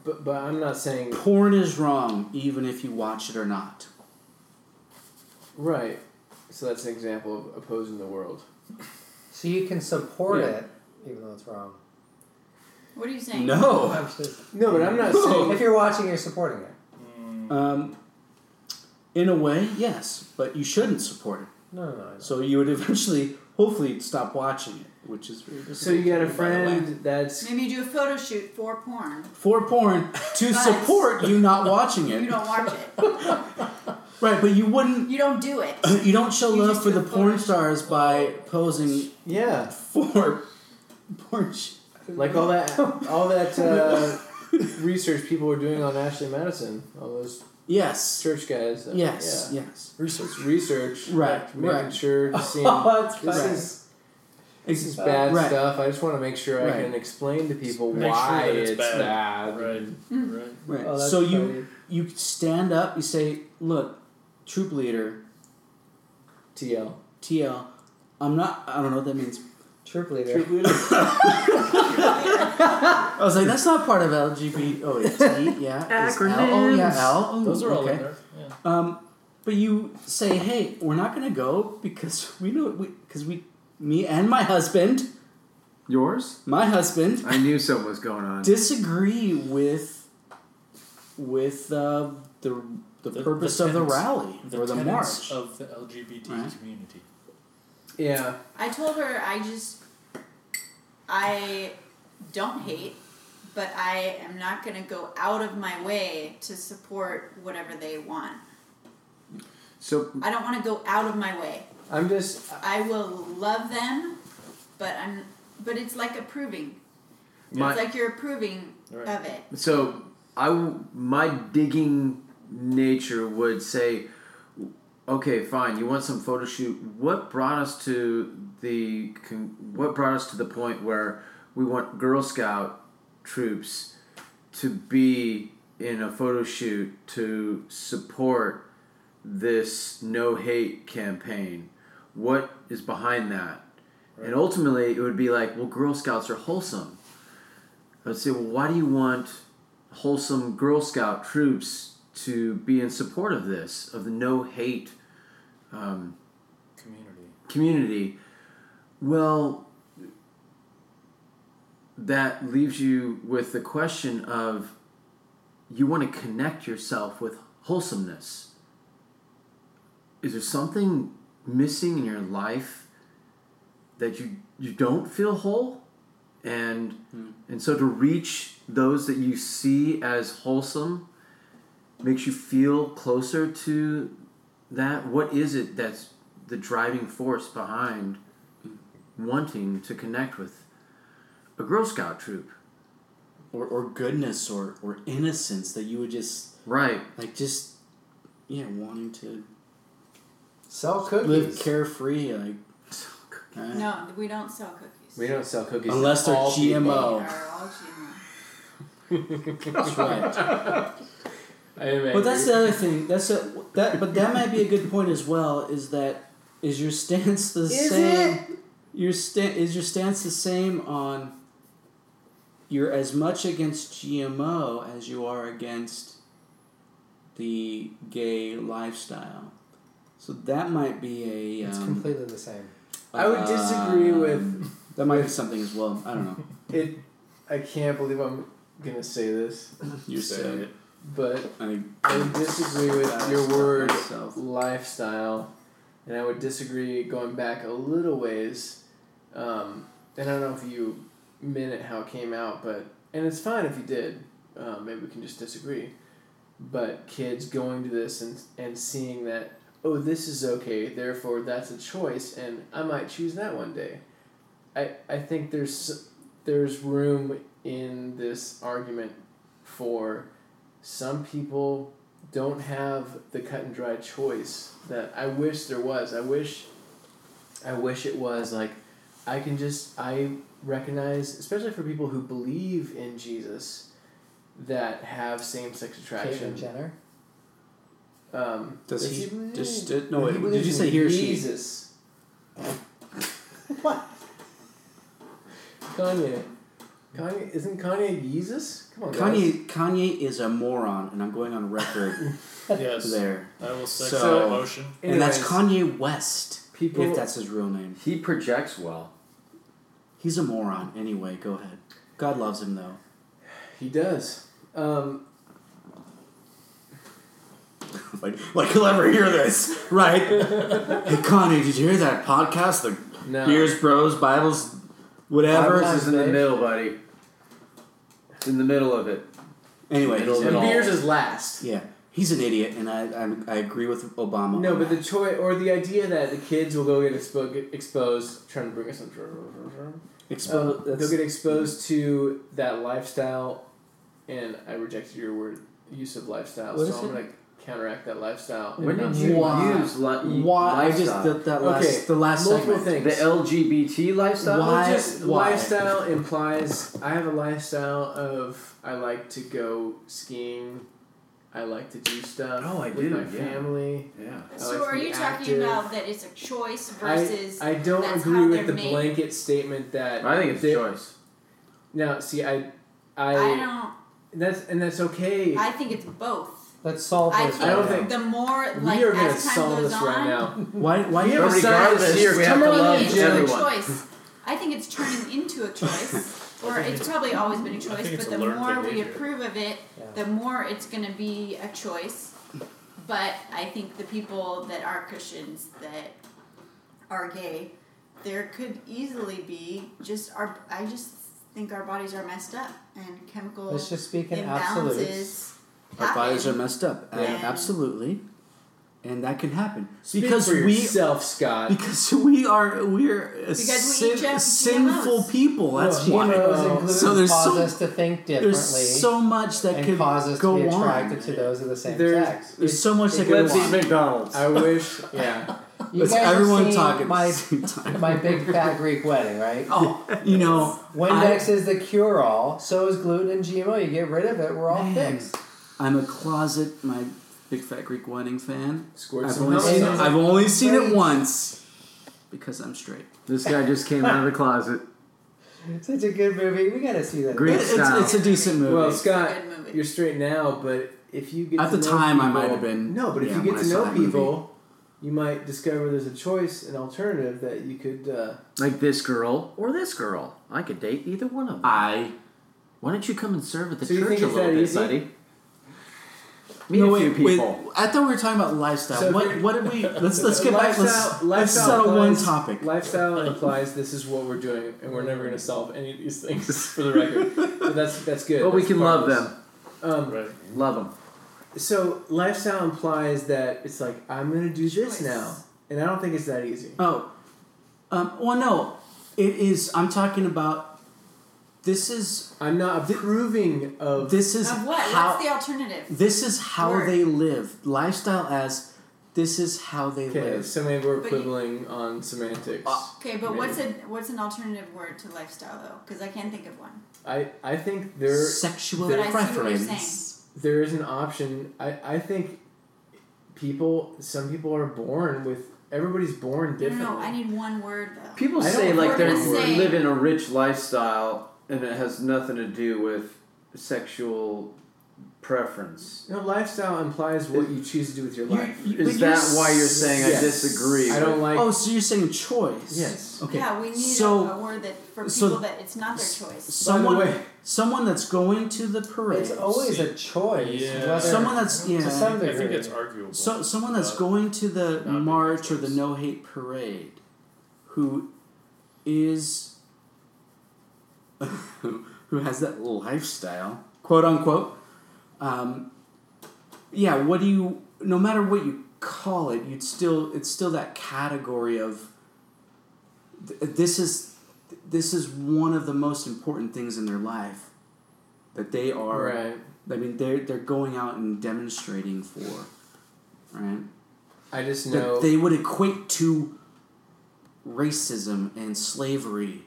F: but but I'm not saying
G: Porn is wrong, even if you watch it or not.
F: right. So that's an example of opposing the world.
I: So you can support
F: Yeah.
I: it, even though it's wrong.
K: what are you saying?
F: Oh.
I: I'm just-
F: No, but I'm not
G: No.
F: saying.
I: If you're watching, you're supporting it.
K: Mm,
G: Um, in a way, yes, but you shouldn't support it.
I: No, no, no. I-
G: So you would eventually, hopefully, stop watching it, which is really
F: So you got a
G: disappointing, by the way.
F: friend that's
K: Maybe you do a photo shoot for porn.
G: for porn to
K: But-
G: support you not watching
K: You
G: it,
K: don't watch it.
G: right? But you wouldn't.
K: You don't do it.
G: You don't show
K: You
G: love
K: just
G: for
K: do
G: the
K: a
G: porn
K: photo
G: stars by posing
F: yeah,
G: for porn. Sh-
F: like all that all that uh, research people were doing on Ashley Madison, all those
G: yes,
F: church guys. That,
G: yes,
F: yeah.
G: yes.
F: Research, research,
G: Right,
F: like, making
G: right.
F: sure to see.
I: Oh, that's
F: this
I: funny.
F: is This is bad
G: Right.
F: stuff. I just want to make sure I
G: Right.
F: can explain to people
C: Make sure
F: why
C: that it's
F: it's,
C: bad.
F: bad.
C: Right. Right.
G: Right.
I: Oh, that's
G: so you
I: funny.
G: you stand up. You say, "Look, troop leader,
F: TL.
G: TL. I'm not. I don't know what that means.
I: troop leader.
G: I was like, that's not part of LGBT. Oh, it's E, yeah. It's L. Oh, yeah, L. Oh,
L: Those are all in
G: okay.
L: there. Yeah.
G: Um, but you say, hey, we're not gonna go because we know we because we, me and my husband,
D: Yours?
G: my husband
D: I knew something was going on.
G: disagree with with uh, the the,
H: The-
G: purpose
H: the
G: of the
H: tenets-
G: rally
H: The
G: or the
H: tenets
G: march.
H: of the LGBT
G: Right.
H: community.
F: Yeah.
K: I told her I just I don't hate, but I am not gonna go out of my way to support whatever they want.
D: So
K: I don't want to go out of my way.
F: I'm just.
K: I will love them, but I'm but it's like approving.
D: my
K: it's like you're approving
H: Right.
K: of it.
D: so I w- my digging nature would say, okay, fine. You want some photo shoot? What brought us to the con- what brought us to the point where we want Girl Scout troops to be in a photo shoot to support this no hate campaign? What is behind that? And ultimately, it would be like, well, Girl Scouts are wholesome. I would say, well, why do you want wholesome Girl Scout troops to be in support of this, of the no hate um,
H: Community.
D: community? Well, that leaves you with the question of you want to connect yourself with wholesomeness. Is there something missing in your life that you you don't feel whole? And and so to reach those that you see as wholesome makes you feel closer to that. What is it that's the driving force behind wanting to connect with a Girl Scout troop?
G: or, or goodness or, or innocence that you would just
D: Right.
G: like just yeah wanting to
I: Sell
G: live
I: cookies.
G: carefree like uh,
K: No, we don't sell cookies.
F: We um, don't sell cookies
G: Unless
F: to
G: they're
F: all
K: They
G: GMO.
K: are all GMO.
G: that's right
F: I am
G: But that's the other thing. That's a, that. But that might be a good point as well. Is that is your stance the
M: Is
G: same? Your sta- is your stance the same on? You're as much against GMO as you are against the gay lifestyle. So that might be a.
A: It's
G: um,
A: completely the same.
F: I would disagree with-
G: um, That might be something as well. I don't know.
F: It. I can't believe I'm gonna say this.
G: You said it.
F: But
G: I,
F: I disagree with
G: I
F: your
G: stopped
F: word
G: myself.
F: lifestyle, and I would disagree going back a little ways. Um, and I don't know if you meant it how it came out, but and it's fine if you did. Um, maybe we can just disagree. But kids going to this and and seeing that oh this is okay, therefore that's a choice, and I might choose that one day. I I think there's there's room in this argument for some people don't have the cut and dry choice that I wish there was. I wish I wish it was like I can just I recognize especially for people who believe in Jesus that have same sex
A: Caitlyn
F: attraction.
A: Jenner.
F: Um,
G: Does
F: is
G: he-
F: mm,
G: does- did- uh, no, wait,
F: he believes
G: did you
F: in
G: say he or she?
F: Jesus. Kanye. Kanye isn't Kanye Jesus? Come on, guys.
G: Kanye
N: Kanye is a moron, and I'm going on record.
C: Yes.
N: There.
C: I will second
N: So-
C: that motion.
G: and that's
N: Anyways.
G: Kanye West.
F: People-
G: if that's his real name.
D: He projects well.
G: He's a moron. Anyway, go ahead. God loves him though.
F: He does. Um,
O: Like, like he'll ever hear this, right? hey, Connie, did you hear that podcast? The
F: No.
O: Beers, Bros, Bibles, whatever.
D: Bibles is in the middle, buddy. It's in the middle of it.
G: Anyway,
D: Middle
G: he's
D: of it
G: an-
D: all.
F: Beers is last.
G: Yeah, he's an idiot, and I I, I agree with Obama.
F: No,
G: on
F: but
G: that.
F: the choice or the idea that the kids will go get expo- get exposed, trying to bring us some.
G: Expo-
F: Um,
G: Oh, that's-
F: they'll get exposed to that lifestyle, and I rejected your word use of lifestyle,
G: What
F: so
G: is
F: I'm
G: it?
F: gonna counteract that lifestyle.
D: When
F: And
D: did
F: not
D: you
F: say-
D: use li-
G: why I
D: lifestyle?
G: just the, that
F: Okay,
G: last the last
F: multiple
G: segment.
F: things.
D: The LGBT lifestyle?
F: Well,
G: Why-
F: just
G: why?
F: lifestyle implies I have a lifestyle of I like to go skiing, I like to do stuff
D: Oh, I
F: with
D: do,
F: my
D: yeah.
F: family.
D: Yeah.
F: I like
K: So
F: to
K: are
F: be
K: you
F: active.
K: talking about that it's a choice versus
F: I, I don't
K: that's
F: agree
K: how
F: with the
K: they're made?
F: blanket statement that
D: I think it's
F: they-
D: choice.
F: Now, see, I, I,
K: I don't.
F: that's and that's okay.
K: I think it's both.
A: Let's solve
K: I
A: this.
K: think,
F: I don't think-
K: the more
F: we
K: like
F: are gonna
K: as time
F: solve
K: goes
F: this
K: on,
F: right now.
G: Why why
F: we have a sign
D: regardless,
F: this year.
D: we have
F: Come
D: to
F: on,
D: love
F: in,
K: it's a
F: Jim.
D: everyone.
K: choice. I think it's turning into a choice, or it's probably always been a choice.
C: it's
K: But
C: a
K: the
C: learned
K: more we
C: behavior.
K: approve of it, the more it's going to be a choice. But I think the people that are Christians that are gay, there could easily be just our. I just think our bodies are messed up and chemical
A: Let's just speak in
K: imbalances.
A: absolutes.
G: Our bodies are
K: happen.
G: messed up. Uh,
K: Yeah.
G: absolutely, and that can happen
F: Speak
G: because
F: for
G: we
F: yourself, Scott.
G: because we are we're a
K: Because we
G: sin-
K: eat Jeff-
G: sinful
K: GMOs.
G: people. That's
A: Well,
G: why.
A: GMOs and gluten
G: So there's
A: cause
G: so-
A: us to think differently.
G: There's so much that
A: and
G: could
A: cause us
G: go
A: to be
G: on.
A: attracted to those of the same
F: There's-
A: sex.
G: There's so much that could
D: Let's
G: go
D: eat
G: on.
D: McDonald's.
F: I wish, yeah.
A: You
G: Let's
A: guys have
G: everyone
A: seen
G: talk at
A: my
G: the same time.
A: my big fat Greek wedding, right?
G: oh, you know, I,
A: Windex is the cure all. So is gluten and GMO. You get rid of it, we're all
G: Man.
A: fixed.
G: I'm a closet my big fat Greek wedding fan.
F: Squirt
G: I've
F: some
G: only
F: milk.
G: seen it,
A: Sounds like
G: I've only seen it
A: great.
G: once because I'm straight.
D: This guy just came out of the closet.
A: Such a good movie. We gotta see that.
D: Great
G: It- it's,
D: style.
G: it's a decent movie.
F: Well, Scott,
K: Good movie.
F: you're straight now, but if you get
G: At
F: to
G: the
F: know
G: time, I
F: people-
G: might have been-
F: No, but if
G: yeah,
F: you get
G: when
F: to
G: I saw
F: know
G: that movie.
F: people, you might discover there's a choice, an alternative that you could. Uh,
D: Like this girl or this girl. I could date either one of them.
O: I
D: Why don't you come and serve at the
F: So you
D: church
F: think
D: a
F: it's
D: little
F: that
D: bit,
F: easy?
D: buddy? Meet
G: no,
D: a
G: wait,
D: few
G: wait.
D: people.
G: I thought we were talking about lifestyle.
F: So
G: what
F: here-
G: what did we let's let's get back
F: lifestyle,
G: let's,
F: lifestyle
G: let's settle one
F: implies-
G: topic.
F: Lifestyle implies this is what we're doing, and we're never going to solve any of these things for the record. But that's that's good.
D: But we
F: That's
D: can
F: part of
D: love
F: this.
D: them.
F: Um,
C: Right.
D: Love them.
F: So lifestyle implies that it's like I'm going to do this
K: Choice.
F: now, and I don't think it's that easy.
G: Oh, um, well, no, it is. I'm talking about. This is
F: I'm not approving of.
G: this is
K: Of what?
G: how
K: What's the alternative?
G: this is how
K: Word.
G: they live lifestyle as this is how they
F: Okay,
G: live.
F: so maybe we're
K: But you- Ah.
F: quibbling on semantics.
G: Uh,
K: Okay, but
F: Maybe.
K: what's a what's an alternative word to lifestyle though? Because I can't think of one.
F: I I think there.
G: Sexual
K: But I see what you're
G: preference.
K: saying.
F: there is an option. I, I think people, some people are born with, everybody's born
K: No, no,
F: differently.
K: no, I need one word though.
D: People
F: I
D: say
F: don't
D: like
F: think
D: they
F: it's
K: saying-
D: live in a rich lifestyle and it has nothing to do with sexual preference.
F: No, lifestyle implies what you choose to do with your life.
D: Is that why you're saying I
F: Yes.
D: disagree?
F: I don't
D: with-
F: like.
G: Oh, so you're saying choice?
F: Yes.
G: Okay.
K: Yeah, we need
G: so
K: a, a word that for people
G: so-
K: that it's not their choice.
G: someone,
F: way-
G: someone that's going to the parade.
A: It's always a choice.
G: Yeah.
A: whether-
G: Someone that's- yeah.
A: to some
C: I think
A: degree.
C: it's arguable.
G: So someone that's
C: but-
G: going to the march or the no hate parade, who is, who has that lifestyle, quote unquote, um, yeah. What do you? No matter what you call it, you'd still it's still that category of. th- This is, this is one of the most important things in their life, that they are.
F: Right.
G: I mean, they're they're going out and demonstrating for, right?
F: I just know.
G: That they would equate to racism and slavery.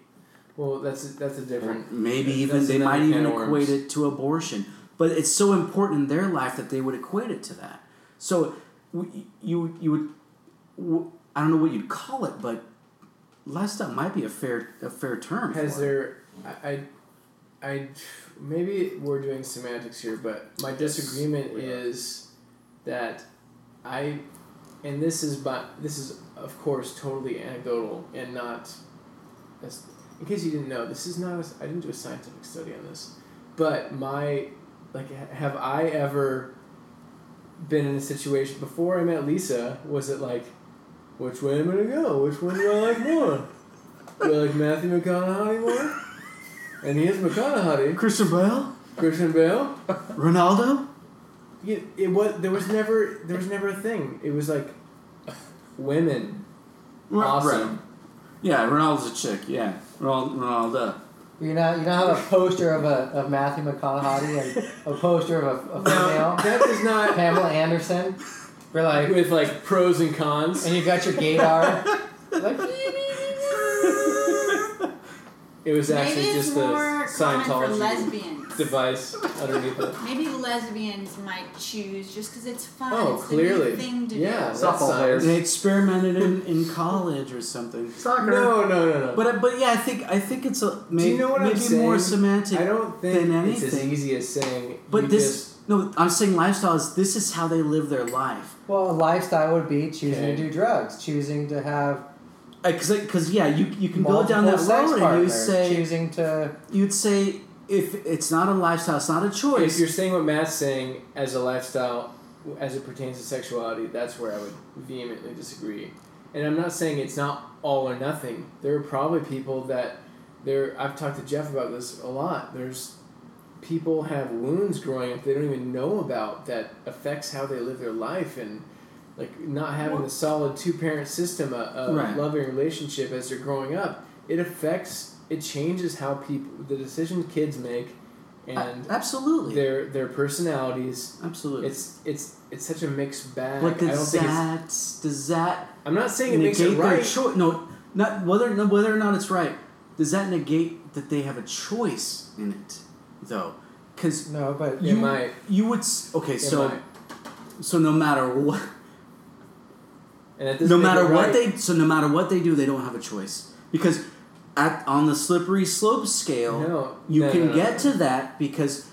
F: well, that's a, that's a different.
G: Maybe
F: that's
G: even they
F: another
G: might
F: can
G: even
F: of worms.
G: equate it to abortion. But it's so important in their life that they would equate it to that. So w- you you would w- I don't know what you'd call it, but lifestyle might be a fair a fair term.
F: Has
G: for it.
F: there? I, I, I- maybe we're doing semantics here, but my disagreement
C: we are.
F: is that I, and this is by this is of course totally anecdotal and not. That's, in case you didn't know, this is not. A, I didn't do a scientific study on this, but my, like, ha- have I ever been in a situation before I met Lisa? Was it like, which way am I gonna go? Which one do I like more? Do I like Matthew McConaughey more? And he is McConaughey.
G: Christian Bale,
F: Christian Bale.
G: Ronaldo.
F: It, it was there was never there was never a thing. It was like women.
G: Right,
F: Awesome.
G: right. Yeah, Ronaldo's a chick. Yeah, Ronald, Ronaldo.
A: You know, you know how a poster of a of Matthew McConaughey and a poster of a, a female,
F: That is not
A: Pamela Anderson. You're like,
F: with like pros and cons.
A: and you got your gaydar. like,
F: It was
K: Maybe
F: actually
K: it's
F: just the
K: more common for
F: Scientology
K: lesbians.
F: device underneath it.
K: Maybe lesbians might choose just because it's fun.
F: Oh,
K: it's the
F: clearly.
K: new thing to
F: Yeah,
K: do.
F: that's science.
G: They experimented in, in college or something.
F: No, no, no, no.
G: But I- but yeah, I think I think it's a may,
F: you know what I'm
G: maybe
F: saying?
G: more semantic.
F: I don't think
G: than
F: it's as
G: anything.
F: easy as saying.
G: but
F: you
G: this no, I'm saying lifestyle is this is how they live their life.
A: well, a lifestyle would be choosing
F: Okay.
A: to do drugs, choosing to have
G: Because because yeah, you you can go
A: multiple
G: down that
A: sex
G: road and you
A: partners,
G: say
A: choosing to.
G: you'd say if it's not a lifestyle, it's not a
F: If
G: choice.
F: you're saying what Matt's saying as a lifestyle, as it pertains to sexuality, that's where I would vehemently disagree. And I'm not saying it's not all or nothing. There are probably people that there. I've talked to Jeff about this a lot. There's people have wounds growing up they don't even know about that affects how they live their life and like not having the solid two parent system, a, a
G: Right.
F: loving relationship as they're growing up. It affects. It changes how people the decisions kids make. And
G: A- absolutely,
F: their their personalities.
G: absolutely.
F: It's it's it's such a mixed bag.
G: but
F: I don't
G: does
F: think it's,
G: that does that
F: I'm not saying it
G: negate
F: makes it
G: their
F: right.
G: choice? No, not whether no, whether or not it's right. Does that negate that they have a choice in it, though? Because
A: No, but
F: It might.
G: You would s- okay.
F: It
G: so
F: might.
G: so no matter what,
F: And that doesn't
G: no
F: make
G: matter
F: it
G: what
F: right.
G: they so no matter what they do, they don't have a choice because at on the slippery slope scale,
F: No,
G: you
F: no,
G: can
F: no, no,
G: get
F: no.
G: to that because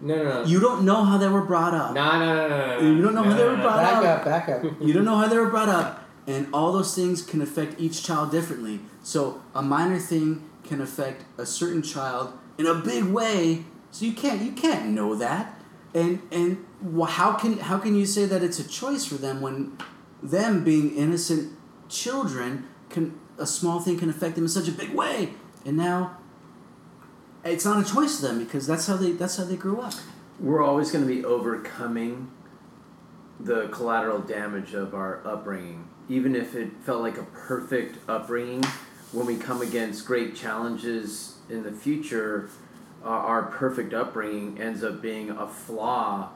F: no no no
G: you don't know how they were brought up.
F: no no no no, no
G: You don't know
F: no,
G: who they
F: no,
G: were
F: no,
G: brought
A: back
G: up.
A: up, back up.
G: You don't know how they were brought up, and all those things can affect each child differently. So a minor thing can affect a certain child in a big way. So you can't you can't know that, and and wh- how can how can you say that it's a choice for them when them being innocent children can a small thing can affect them in such a big way, and now it's not a choice to them because that's how they that's how they grew up.
D: We're always going to be overcoming the collateral damage of our upbringing, even if it felt like a perfect upbringing. When we come against great challenges in the future, uh, our perfect upbringing ends up being a flaw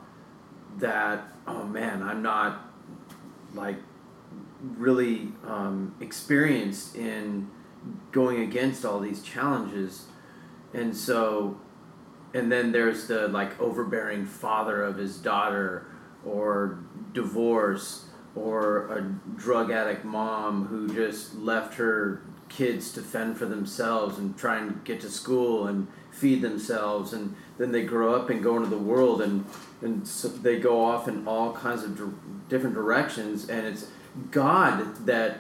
D: that oh man, I'm not like really um, experienced in going against all these challenges, and so and then there's the like overbearing father of his daughter or divorce or a drug addict mom who just left her kids to fend for themselves and try and get to school and feed themselves and then they grow up and go into the world and and so they go off in all kinds of dir- different directions and it's god that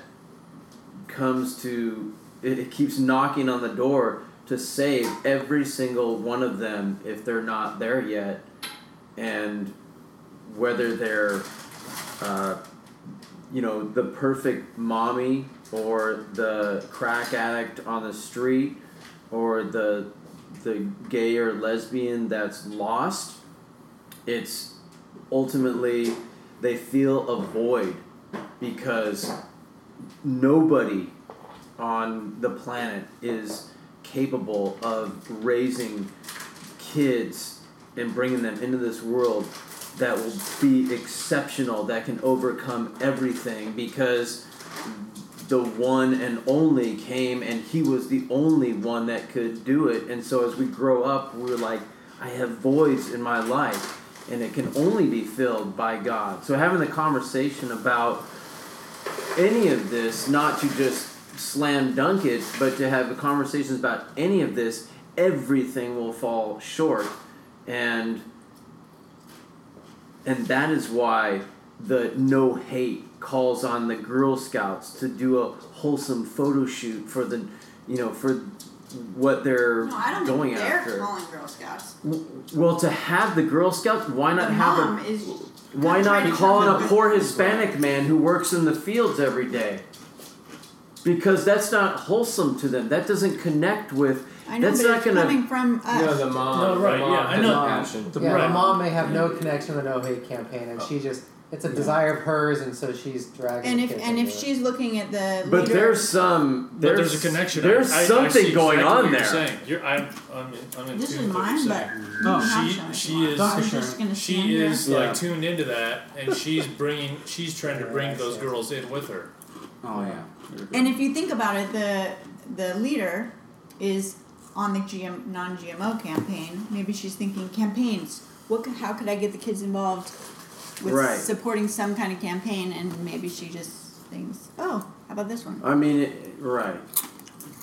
D: comes to it, it keeps knocking on the door to save every single one of them if they're not there yet and whether they're uh, you know the perfect mommy or the crack addict on the street or the the gay or lesbian that's lost it's ultimately they feel a void because nobody on the planet is capable of raising kids and bringing them into this world that will be exceptional that can overcome everything because the one and only came and he was the only one that could do it and so as we grow up we're like i have voids in my life and it can only be filled by god so having the conversation about any of this not to just slam dunk it but to have conversations about any of this everything will fall short and and that is why the no hate calls on the Girl Scouts to do a wholesome photo shoot for the, you know, for what they're
K: No, I don't
D: going
K: think they're
D: after.
K: calling Girl Scouts.
D: W- Well, to have the Girl Scouts, why not
K: the
D: have
K: mom
D: a,
K: is
D: why not
K: trying to
D: call in
K: come up
D: a
K: with-
D: poor Hispanic man who works in the fields every day? Because that's not wholesome to them. That doesn't connect with.
K: I know,
D: that's
K: but
D: not
K: it's
D: gonna.
K: coming from us.
F: No, the mom.
D: No, right,
F: the mom
D: yeah, I
F: has
D: know.
F: passion.
A: yeah, the mom may have no connection to the No Hate campaign, and she just it's a desire of hers, and so she's dragging.
K: And
A: the
K: if
A: kids
K: and
A: into
K: if
A: it.
K: she's looking at the
D: But
K: leader,
D: there's some.
C: But
D: There's,
C: there's a connection.
D: There's
C: I- I- I
D: something
C: see
D: going
C: exactly
D: on
C: what
D: there.
C: You're saying. You're, I'm, I'm, I'm in
K: This
C: tune
K: is
C: with what
K: mine,
C: you're
K: but
C: saying.
P: No.
C: she
K: Not
C: she is.
P: Doctor Sure. Sherman's
K: gonna stand
C: she
K: there.
C: is
P: Yeah.
C: like tuned into that, and she's bringing. She's trying to bring those girls in with her.
Q: Oh yeah.
K: and if you think about it, the the leader is on the GM non-GMO campaign. Maybe she's thinking campaigns. What? could- How could I get the kids involved with
D: Right.
K: supporting some kind of campaign? And maybe she just thinks, oh, how about this one?
D: I mean, it, right.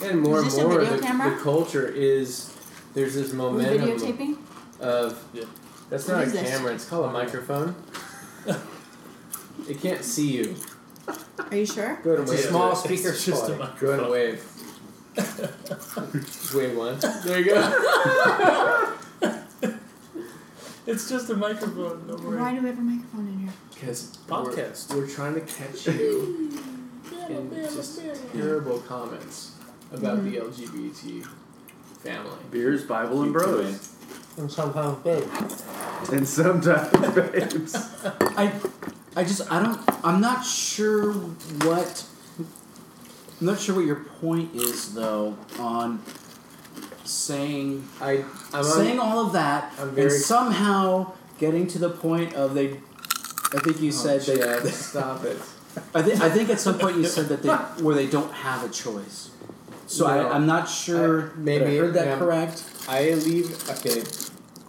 F: And more
K: Is
F: and
K: this a
F: more,
K: video
F: the,
K: camera?
F: the culture is there's this
K: Who's
F: momentum
K: videotaping?
F: of that's
K: What
F: not a
K: is this?
F: camera. It's called a microphone. it can't see you.
K: Are you sure?
F: Go ahead and
A: It's a
F: wave.
A: small
F: to it.
A: speaker It's just a toy.
F: Go ahead and wave. Just wave one. There you go.
C: It's just a microphone. Don't worry.
K: Why do we have a microphone in here?
F: Because
C: Podcast.
F: We're, we're trying to catch you in just terrible comments about the LGBT family.
D: Beers, Bible, and bros,
A: and somehow, babe,
D: and sometimes babes.
G: I, I just I don't I'm not sure what I'm not sure what your point is though on saying
F: I I'm
G: saying
F: on,
G: all of that
F: I'm very-
G: and somehow getting to the point of they I think
F: Oh,
G: you said they
F: Jeff, stop it.
G: I think I think at some point you said that they where they don't have a choice. So
F: No.
G: I, I'm not sure
F: I- maybe-
G: that I heard that
F: yeah.
G: correct.
F: I leave. Okay,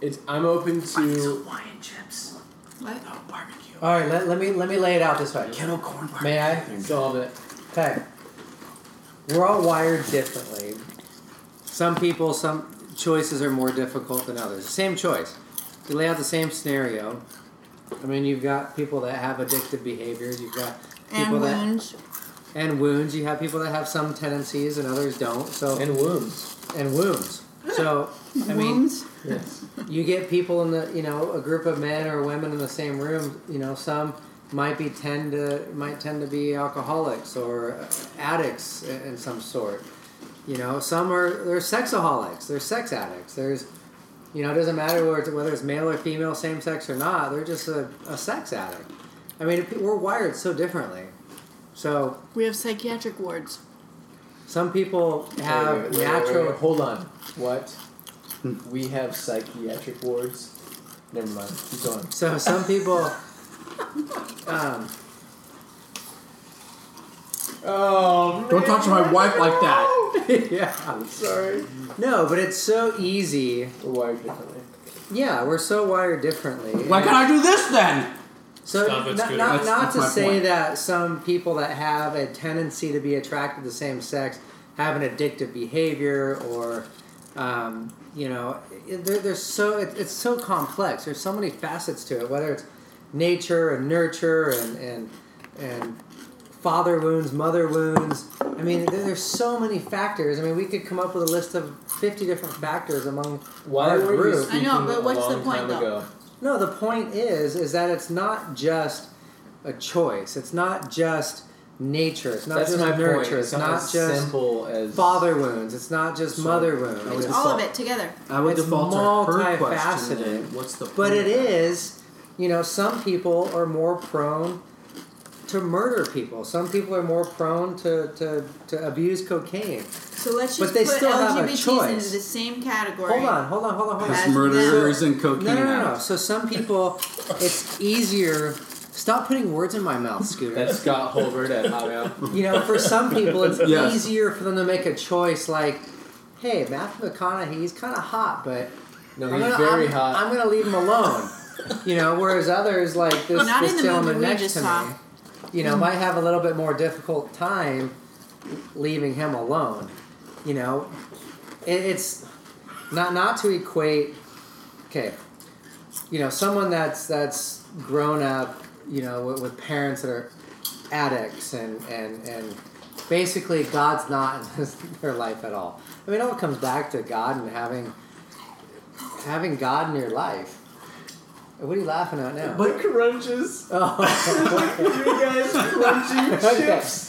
F: it's I'm open to
G: Hawaiian chips.
K: What?
G: No barbecue.
A: all right, let, let me let me lay it out this way.
G: Kettle corn barbecue.
A: May I?
F: solve it.
A: Okay. We're all wired differently. Some people, some choices are more difficult than others. Same choice. You lay out the same scenario. I mean, you've got people that have addictive behaviors. You've got people
K: And
A: that
K: wounds.
A: and wounds. You have people that have some tendencies and others don't. So
F: And wounds.
A: and wounds. So I mean,
K: wounds.
F: Yes.
A: you get people in the you know a group of men or women in the same room you know some might be tend to might tend to be alcoholics or addicts in in some sort you know some are they're sexaholics they're sex addicts there's you know it doesn't matter whether it's, whether it's male or female same sex or not they're just a, a sex addict i mean pe- we're wired so differently so
K: We have psychiatric wards.
A: some people have
F: Wait, wait, wait, wait,
A: natural
F: wait, Hold on. What? we have psychiatric wards. Never mind. Keep going.
A: So some people, um,
F: Oh,
R: Don't talk to my wife like that.
A: yeah.
F: I'm sorry.
A: No, but it's so easy.
F: We're wired differently.
A: Yeah, we're so wired differently.
G: Why can't I do this then?
A: So
G: Stop, it's
A: not,
G: good.
A: not,
G: That's-
A: not
G: that's
A: to
G: my
A: say
G: point.
A: that some people that have a tendency to be attracted to the same sex have an addictive behavior or um, you know it- they're, they're so it, it's so complex there's so many facets to it whether it's nature and nurture and and and father wounds mother wounds i mean there, there's so many factors i mean we could come up with a list of 50 different factors among
F: Why
A: our
F: were you
A: group
F: speaking I know, but a what's the long point, time though? ago?
A: no, the point is, is that it's not just a choice. It's not just nature. It's not
F: That's
A: just
F: my point.
A: nurture.
F: It's
A: It's,
F: not
A: not
F: as
A: just
F: simple as-
A: father wounds. It's not just mother wounds.
K: It's all of it together.
A: I would It's default to her question, multifaceted. then.
G: What's the point?
A: But it is, you know, some people are more prone to murder people. Some people are more prone to, to, to abuse cocaine.
K: So let's
A: But
K: just
A: they
K: put
A: still have a
K: LGBTs into
A: choice.
K: the same category.
A: Hold on, hold on, hold on, hold
G: As
A: on.
G: murderers
A: So-
G: and cocaine
A: No, no, no, no.
G: addicts.
A: So some people, it's easier. Stop putting words in my mouth, Scooter.
F: That's Scott Holbert at Hotmail.
A: You know, for some people, it's
F: Yes.
A: easier for them to make a choice like, hey, Matthew McConaughey, he's kind of hot, but
F: No,
A: I'm
F: he's
A: gonna,
F: very
A: I'm,
F: hot.
A: I'm going to leave him alone. You know, whereas others, like this,
K: Not
A: this
K: in the
A: gentleman
K: movie we
A: next
K: just
A: to
K: saw.
A: me, you know, might have a little bit more difficult time leaving him alone. You know, it, it's not not to equate. Okay, you know, someone that's that's grown up, you know, with, with parents that are addicts and and and basically God's not in their life at all. I mean, it all comes back to God and having having God in your life. What are you laughing at now?
F: But crunches.
A: Oh.
F: You guys crunching
A: Okay.
F: chips.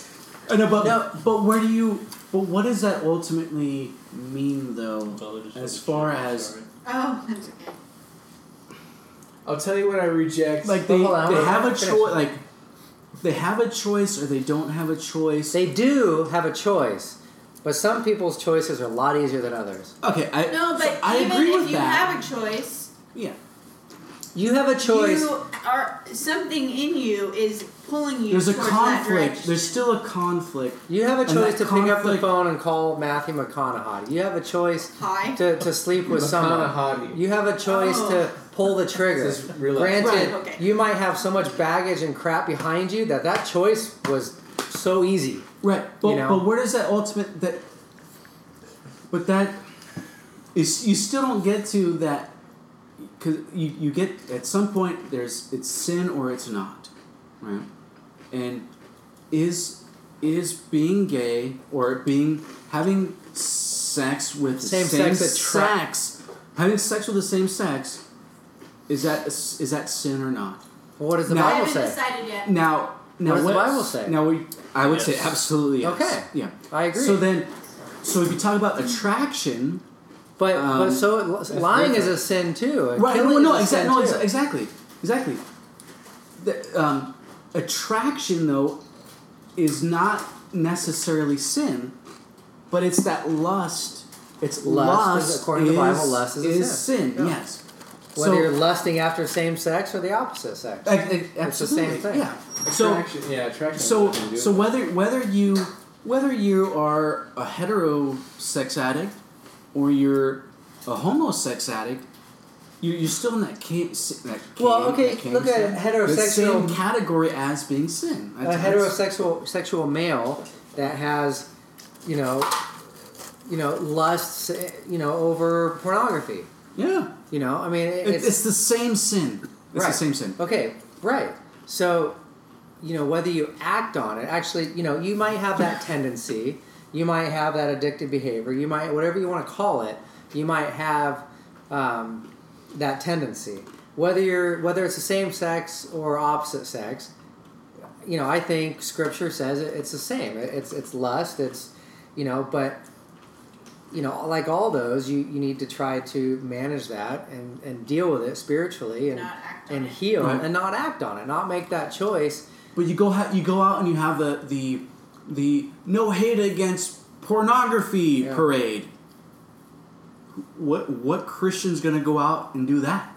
G: Uh, no, but but where do you? But what does that ultimately mean, though? As far as
K: Oh, that's okay.
F: I'll tell you what I reject.
G: like they, they have a choice, like they have a choice or they don't have a choice.
A: They do have a choice, but some people's choices are a lot easier than others.
G: Okay, I
K: No, but
G: I
K: even
G: agree
K: if
G: with
K: you
G: that.
K: have a choice,
G: yeah.
A: You have a choice.
K: you are something in you is pulling you.
G: There's a
K: towards That
G: conflict.
K: direction.
G: There's still a conflict.
A: You have a
G: And
A: choice
G: that
A: to pick up the phone and call Matthew McConaughey. You have a choice
K: Hi.
A: to, to sleep with someone.
F: McConaughey.
A: You have a choice
K: Oh.
A: to pull the trigger.
F: This is real life.
A: Granted,
K: Right, okay.
A: you might have so much baggage and crap behind you that that choice was so easy.
G: Right, but
A: You know?
G: but where does that ultimate that? But that is you still don't get to that because you you get at some point there's it's sin or it's not, right? And is is being gay or being having sex with
A: Same
G: the same
A: sex attract-
G: sex having sex with the same sex is that is that sin or not?
A: Well, what does the
G: Now-
K: I
A: Bible
K: haven't
A: say?
K: decided yet.
G: Now, now
A: does the
G: what-
A: Bible say?
G: Now we, I would say
A: Yes.
G: absolutely. yes.
A: Okay.
G: Yeah,
A: I agree.
G: So then, so if you talk about attraction,
A: But, but
G: um,
A: so lying is a sin too. and
G: right?
A: killing
G: No, no,
A: is a sin
G: exactly, no,
A: too.
G: exa- exactly, exactly. The, um, attraction though is not necessarily sin, but it's that lust. It's
A: Lust is-
G: lust.
A: according to the Bible, lust is a sin.
G: sin.
A: Yeah.
G: Yes.
A: Whether
G: so,
A: you're lusting after same sex or the opposite sex,
G: I- I-
A: it's the same
G: absolutely,
A: thing.
G: Yeah. So
F: Attraction. Yeah, attraction.
G: So
F: has nothing to do
G: so
F: with
G: whether whether you whether you are a hetero sex addict or you're a homo sex addict, you you're still in that camp. s- That camp
A: Well, okay,
G: that camp
A: look at
G: sin. The
A: heterosexual-
G: same category as being sin.
A: a heterosexual sexual male that has, you know, you know, lusts, eh, you know, over pornography.
G: Yeah,
A: You know, I mean, it-
G: It- it's,
A: it's,
G: the same sin. It's
A: right.
G: the same sin.
A: Okay, right. So, you know, whether you act on it, actually, you know, you might have that tendency, you might have that addictive behavior, you might whatever you want to call it, you might have um, that tendency. Whether you're whether it's the same sex or opposite sex, you know, I think Scripture says it, it's the same. It- It's it's lust. It's you know, but you know, like all those, you, you need to try to manage that and, and deal with it spiritually and
K: Not act on
A: and
K: it.
A: heal
G: Right.
A: and not act on it, not make that choice.
G: But you go ha- you go out and you have the the the no hate against pornography
A: Yeah.
G: parade. What what Christian's gonna go out and do that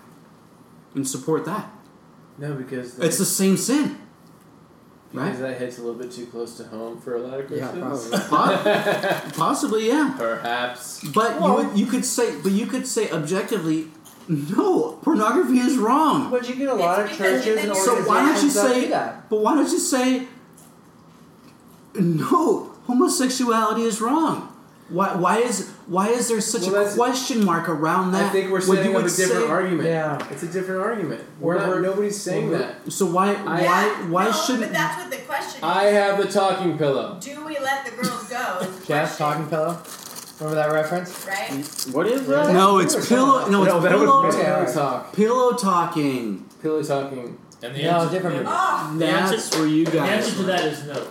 G: and support that?
F: No, because
G: It's the same sin.
F: Because that hits a little bit too close to home for a lot of
S: Yeah,
F: Christians.
G: Po- possibly, yeah.
F: Perhaps.
G: But you would, you could say, but you could say objectively, no, pornography is wrong.
A: But you get a lot of churches and
G: So why don't you
A: organizations that
G: say?
A: do that?
G: But why don't you say? No, homosexuality is wrong. Why? Why is? Why is there such
F: Well,
G: a
F: that's-
G: question mark around that?
F: I think we're
G: when
F: setting
G: you
F: up a
G: would
F: different
G: say-
F: argument. It's a different argument. We're,
G: Well,
F: not,
G: we're-
F: nobody's saying that.
G: So why? Why?
K: Yeah,
G: why
K: no, But
G: shouldn't?
K: that's what the question is.
F: I have the talking pillow.
K: Do we let the girls go?
A: Jazz talking pillow. Remember that reference?
K: Right?
G: What is
A: that?
G: No, it's pillow. No, it's
F: No, that was
G: pillow
F: pillow
G: talk.
F: talk.
G: Pillow talking.
F: Pillow talking.
C: And
A: the No, answer- different
K: Ah!
C: The answer-
G: That's where you
C: the
G: guys.
C: answer to that is no.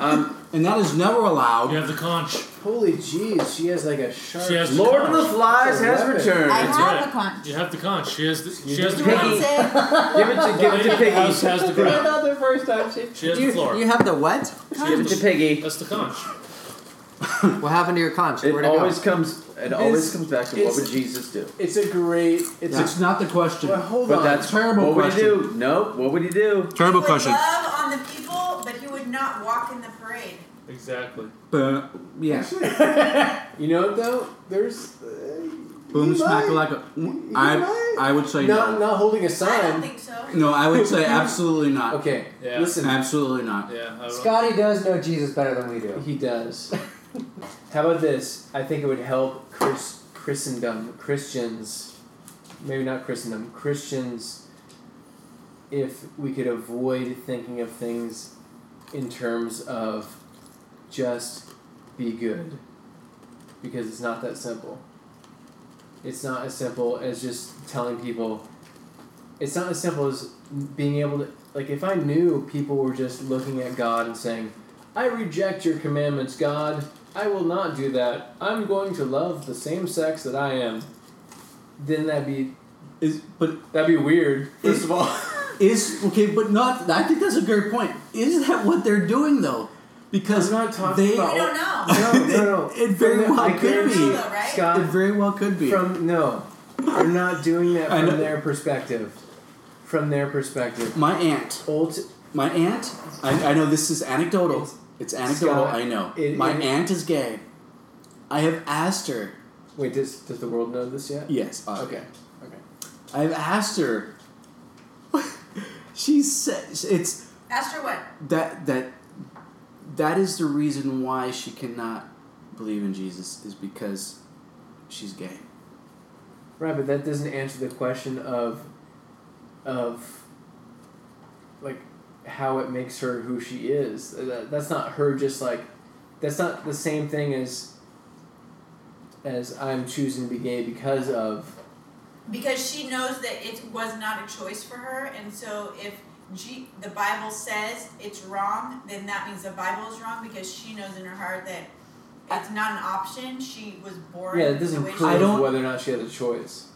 G: Um, and that is never allowed.
C: You have the conch.
F: Holy jeez, she has like a sharp.
C: She has the
D: Lord of
C: conch.
D: the Flies
F: That's a
D: has
F: weapon.
D: returned.
K: I
C: That's
K: have
C: right.
K: the conch.
C: You have the conch. She has the. She
F: You
C: has the
K: Who wants
C: ground.
K: it?
D: Give it to give it
C: Lady
D: to
C: of the
D: Piggy.
C: house has the ground.
F: Not the first time she.
C: She has
S: you,
C: the floor.
S: you have the what?
D: Give it to Piggy.
C: That's the conch.
S: What happened to your conch?
D: It
S: Where'd it
D: always
S: go?
D: comes. It
F: It's-
D: always comes back to what
F: it's-
D: would Jesus do?
F: It's a great. It's
G: It's not the question.
F: a. Well, hold
D: But
F: on.
D: that's
G: terrible
D: What
G: question.
D: would he do? Nope. What would he do?
G: Terrible
K: he
G: question.
K: Would love on the people, but he would not walk in the parade.
C: Exactly.
G: But yeah.
F: You know what though? There's. Uh,
G: Boom
F: you
G: smack
F: might-
G: like a.
F: you
G: I
F: might.
G: I would say
F: Not
G: no.
F: not holding a
K: I don't
F: sign.
K: think so.
G: No, I would say absolutely not.
F: Okay.
C: Yeah.
F: Listen.
G: Absolutely not.
C: Yeah. I don't-
A: Scotty does know Jesus better than we do.
F: He does. How about this? I think it would help Chris, um, Christendom, Christians, maybe not Christendom, Christians, if we could avoid thinking of things in terms of just be good. Because it's not that simple. It's not as simple as just telling people. It's not as simple as being able to. Like, if I knew people were just looking at God and saying, I reject your commandments, God. I will not do that. I'm going to love the same sex that I am. Then that'd be
G: Is but
F: that'd be weird. First
G: Is-
F: of all,
G: is okay, but not. I think that's a great point. Is that what they're doing though? Because
F: I'm not talking
G: they
K: We
F: about-
K: don't know.
F: no, no, no.
G: It very
F: From the-
G: well
F: I
G: could
K: We don't
F: guarantee-
K: know though, right?
G: it
F: Scott,
G: very well could be.
F: from no, they're not doing that
G: I know.
F: from their perspective. From their perspective,
G: my aunt,
F: old
G: my aunt. I, I know this is anecdotal.
F: It's-
G: It's, anecdotal.
F: Scott,
G: I know.
F: it-
G: my
F: it-
G: aunt is gay. I have asked her.
F: wait. Does does the world know this yet?
G: Yes. uh,
F: Okay. Okay.
G: I've asked her. she says it's
K: Ask her what?
G: that that that is the reason why she cannot believe in Jesus is because she's gay.
F: Right, but that doesn't answer the question of, of, like, how it makes her who she is. That, that's not her just like, that's not the same thing as, as I'm choosing to be gay because of.
K: Because she knows that it was not a choice for her, and so if G- the Bible says it's wrong, then that means the Bible is wrong because she knows in her heart that it's not an option. She was born.
F: Yeah, it doesn't
K: the way she
F: prove
G: I don't-
F: whether or not she had a choice.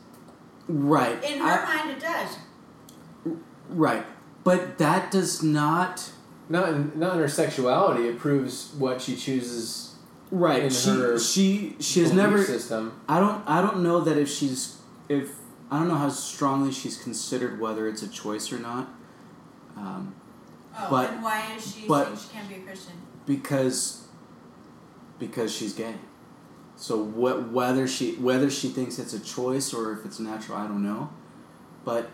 G: Right.
K: In her
G: I-
K: mind, it does.
G: right. But that does not
F: Not in, not in her sexuality. It proves what she chooses.
G: right.
F: In
G: she
F: her
G: she she has
F: belief
G: never
F: system.
G: I don't I don't know that if she's if I don't know how strongly she's considered whether it's a choice or not. Um,
K: Oh,
G: But-
K: then why is she
G: but-
K: saying she can't be a Christian?
G: because because she's gay. So what whether she whether she thinks it's a choice or if it's natural, I don't know. But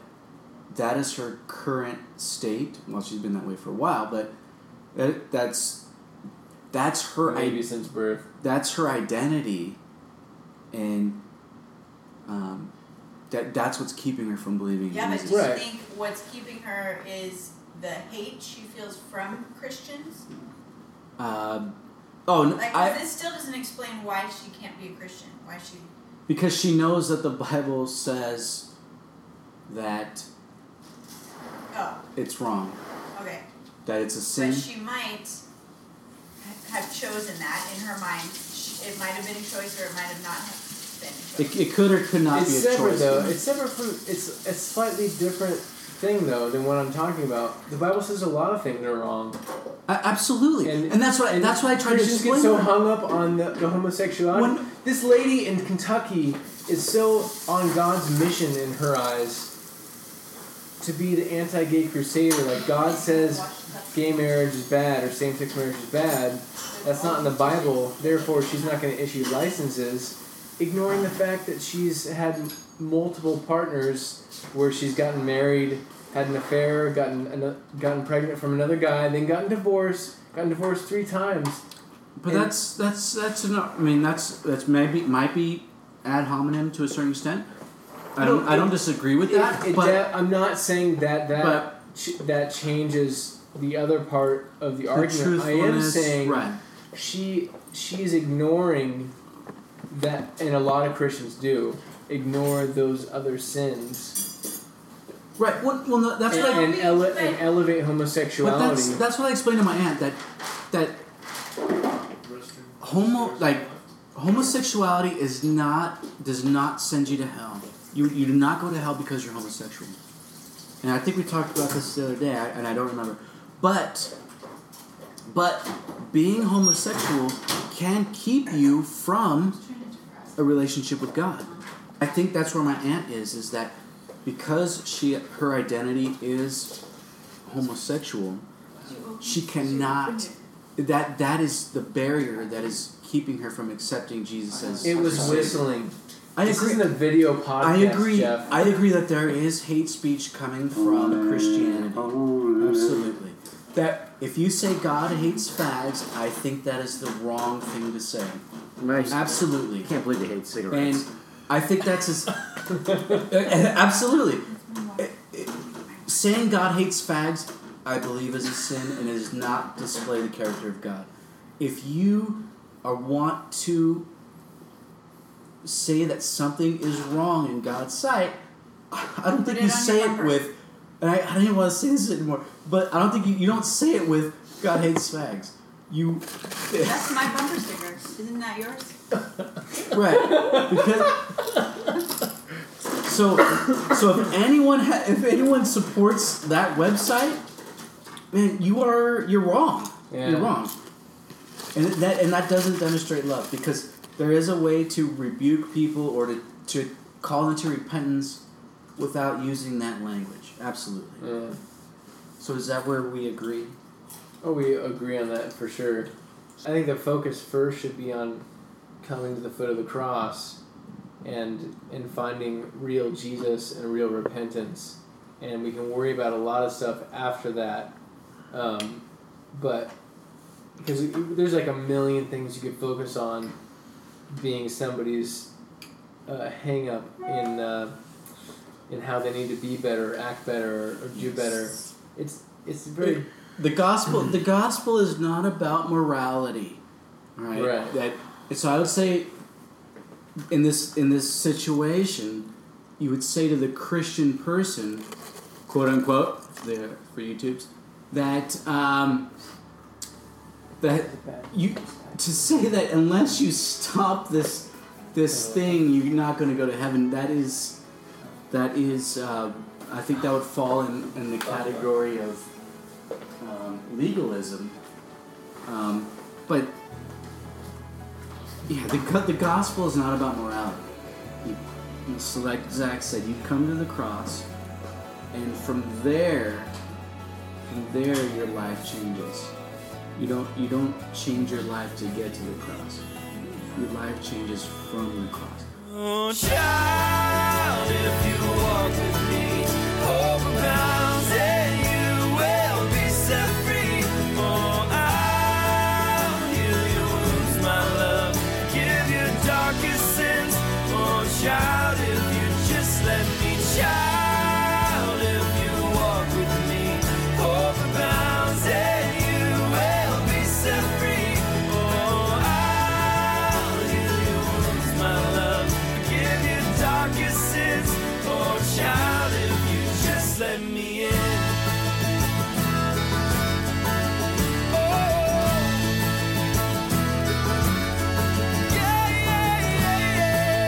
G: that is her current state. Well, she's been that way for a while, but that, that's that's her i-
F: Maybe since birth.
G: that's her identity, and um, that that's what's keeping her from believing. in
K: Yeah, but
G: Jesus.
K: do you
F: Right.
K: think what's keeping her is the hate she feels from Christians?
G: Uh, oh, no,
K: Like,
G: I,
K: this still doesn't explain why she can't be a Christian. Why she?
G: Because she knows that the Bible says that
K: Oh,
G: it's wrong,
K: okay.
G: that it's a
K: But
G: sin.
K: she might ha- have chosen that in her mind. Sh- It might have been a choice, or it might have not have been. A choice.
G: It, it could or could not
F: it's
G: be a
F: separate
G: choice.
F: though.
G: you know.
F: It's separate from. It's a slightly different thing though than what I'm talking about. The Bible says a lot of things are wrong.
G: A- absolutely, and,
F: And-
G: that's what I, that's what I tried to
F: Christians get
G: explain.
F: so
G: to her.
F: hung up on the, the homosexuality.
G: When-
F: this lady in Kentucky is so on God's mission in her eyes to be the anti-gay crusader, like God says gay marriage is bad or same-sex marriage is bad, that's not in the Bible. Therefore, she's not going to issue licenses, ignoring the fact that she's had multiple partners where she's gotten married, had an affair, gotten ano- gotten pregnant from another guy, then gotten divorced, gotten divorced three times.
G: But
F: And-
G: that's that's that's not. I mean, that's that's maybe might be ad hominem to a certain extent. I don't
F: No,
G: I don't
F: it-
G: disagree with
F: it-
G: that.
F: it
G: but
F: de- I'm not saying that that
G: But-
F: ch- that changes the other part of the,
G: The
F: argument. I am
G: truthfulness,
F: saying
G: right.
F: she she is ignoring that, and a lot of Christians do ignore those other sins.
G: Right. Well, well no, that's
F: and,
G: what I-
F: and, ele- and elevate
G: but
F: homosexuality.
G: that's that's what I explained to my aunt that that homo like homosexuality is not does not send you to hell. You you do not go to hell because you're homosexual. And I think we talked about this the other day, I- and I don't remember. But but being homosexual can keep you from a relationship with God. I think that's where my aunt is is that because she her identity is homosexual, she cannot that that is the barrier that is keeping her from accepting Jesus as
F: it was
G: her Savior.
F: whistling.
G: I
F: this
G: agree.
F: isn't a video podcast.
G: I agree.
F: Jeff.
G: I agree that there is hate speech coming from Christianity.
F: Oh,
G: Absolutely. That if you say God hates fags, I think that is the wrong thing to say. Absolutely.
A: Can't believe they hate cigarettes.
G: And I think that's as absolutely saying God hates fags. I believe is a sin and is not display the character of God. If you are want to say that something is wrong in God's sight, I I don't think you say it with. And I, I don't even want to say this anymore. But I don't think you, you don't say it with God hates fags. You
K: That's my bumper sticker. Isn't that yours?
G: Right. Because so so if anyone ha- if anyone supports that website, man, you are you're wrong.
F: Yeah.
G: You're wrong. And that and that doesn't demonstrate love because there is a way to rebuke people or to to call into repentance without using that language. Absolutely.
F: Yeah.
G: So is that where we agree?
F: Oh, we agree on that for sure. I think the focus first should be on coming to the foot of the cross and and finding real Jesus and real repentance. And we can worry about a lot of stuff after that. Um, but because it- there's like a million things you could focus on being somebody's uh, hang up in uh, in how they need to be better, act better, or do better. It's it's very
G: The gospel the gospel is not about morality. Right.
F: Right.
G: That so I would say in this in this situation, you would say to the Christian person, quote unquote, there for YouTube's, that um, that you to say that unless you stop this this thing, you're not going to go to heaven. That is that is uh, I think that would fall in, in the category of um, legalism. Um, but yeah, the, go- the gospel is not about morality. You, you- so, like Zach said, you come to the cross, and from there, from there, your life changes. You don't you don't change your life to get to the cross. Your life changes from the cross.
E: Oh, child, if you walk with me, hope abounds and you will be set free. For I'll heal your wounds, my love, give your darkest sins. Oh, child, if you just let me, child, if you walk with me, hope abounds and you will be set free. Oh, I'll heal your wounds, my love, forgive your darkest sins. Oh, child, if you just let me in.
F: Scratching is a sign of hemorrhoids.
E: Oh.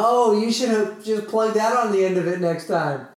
D: Oh, you should have just plugged that on the end of it next time.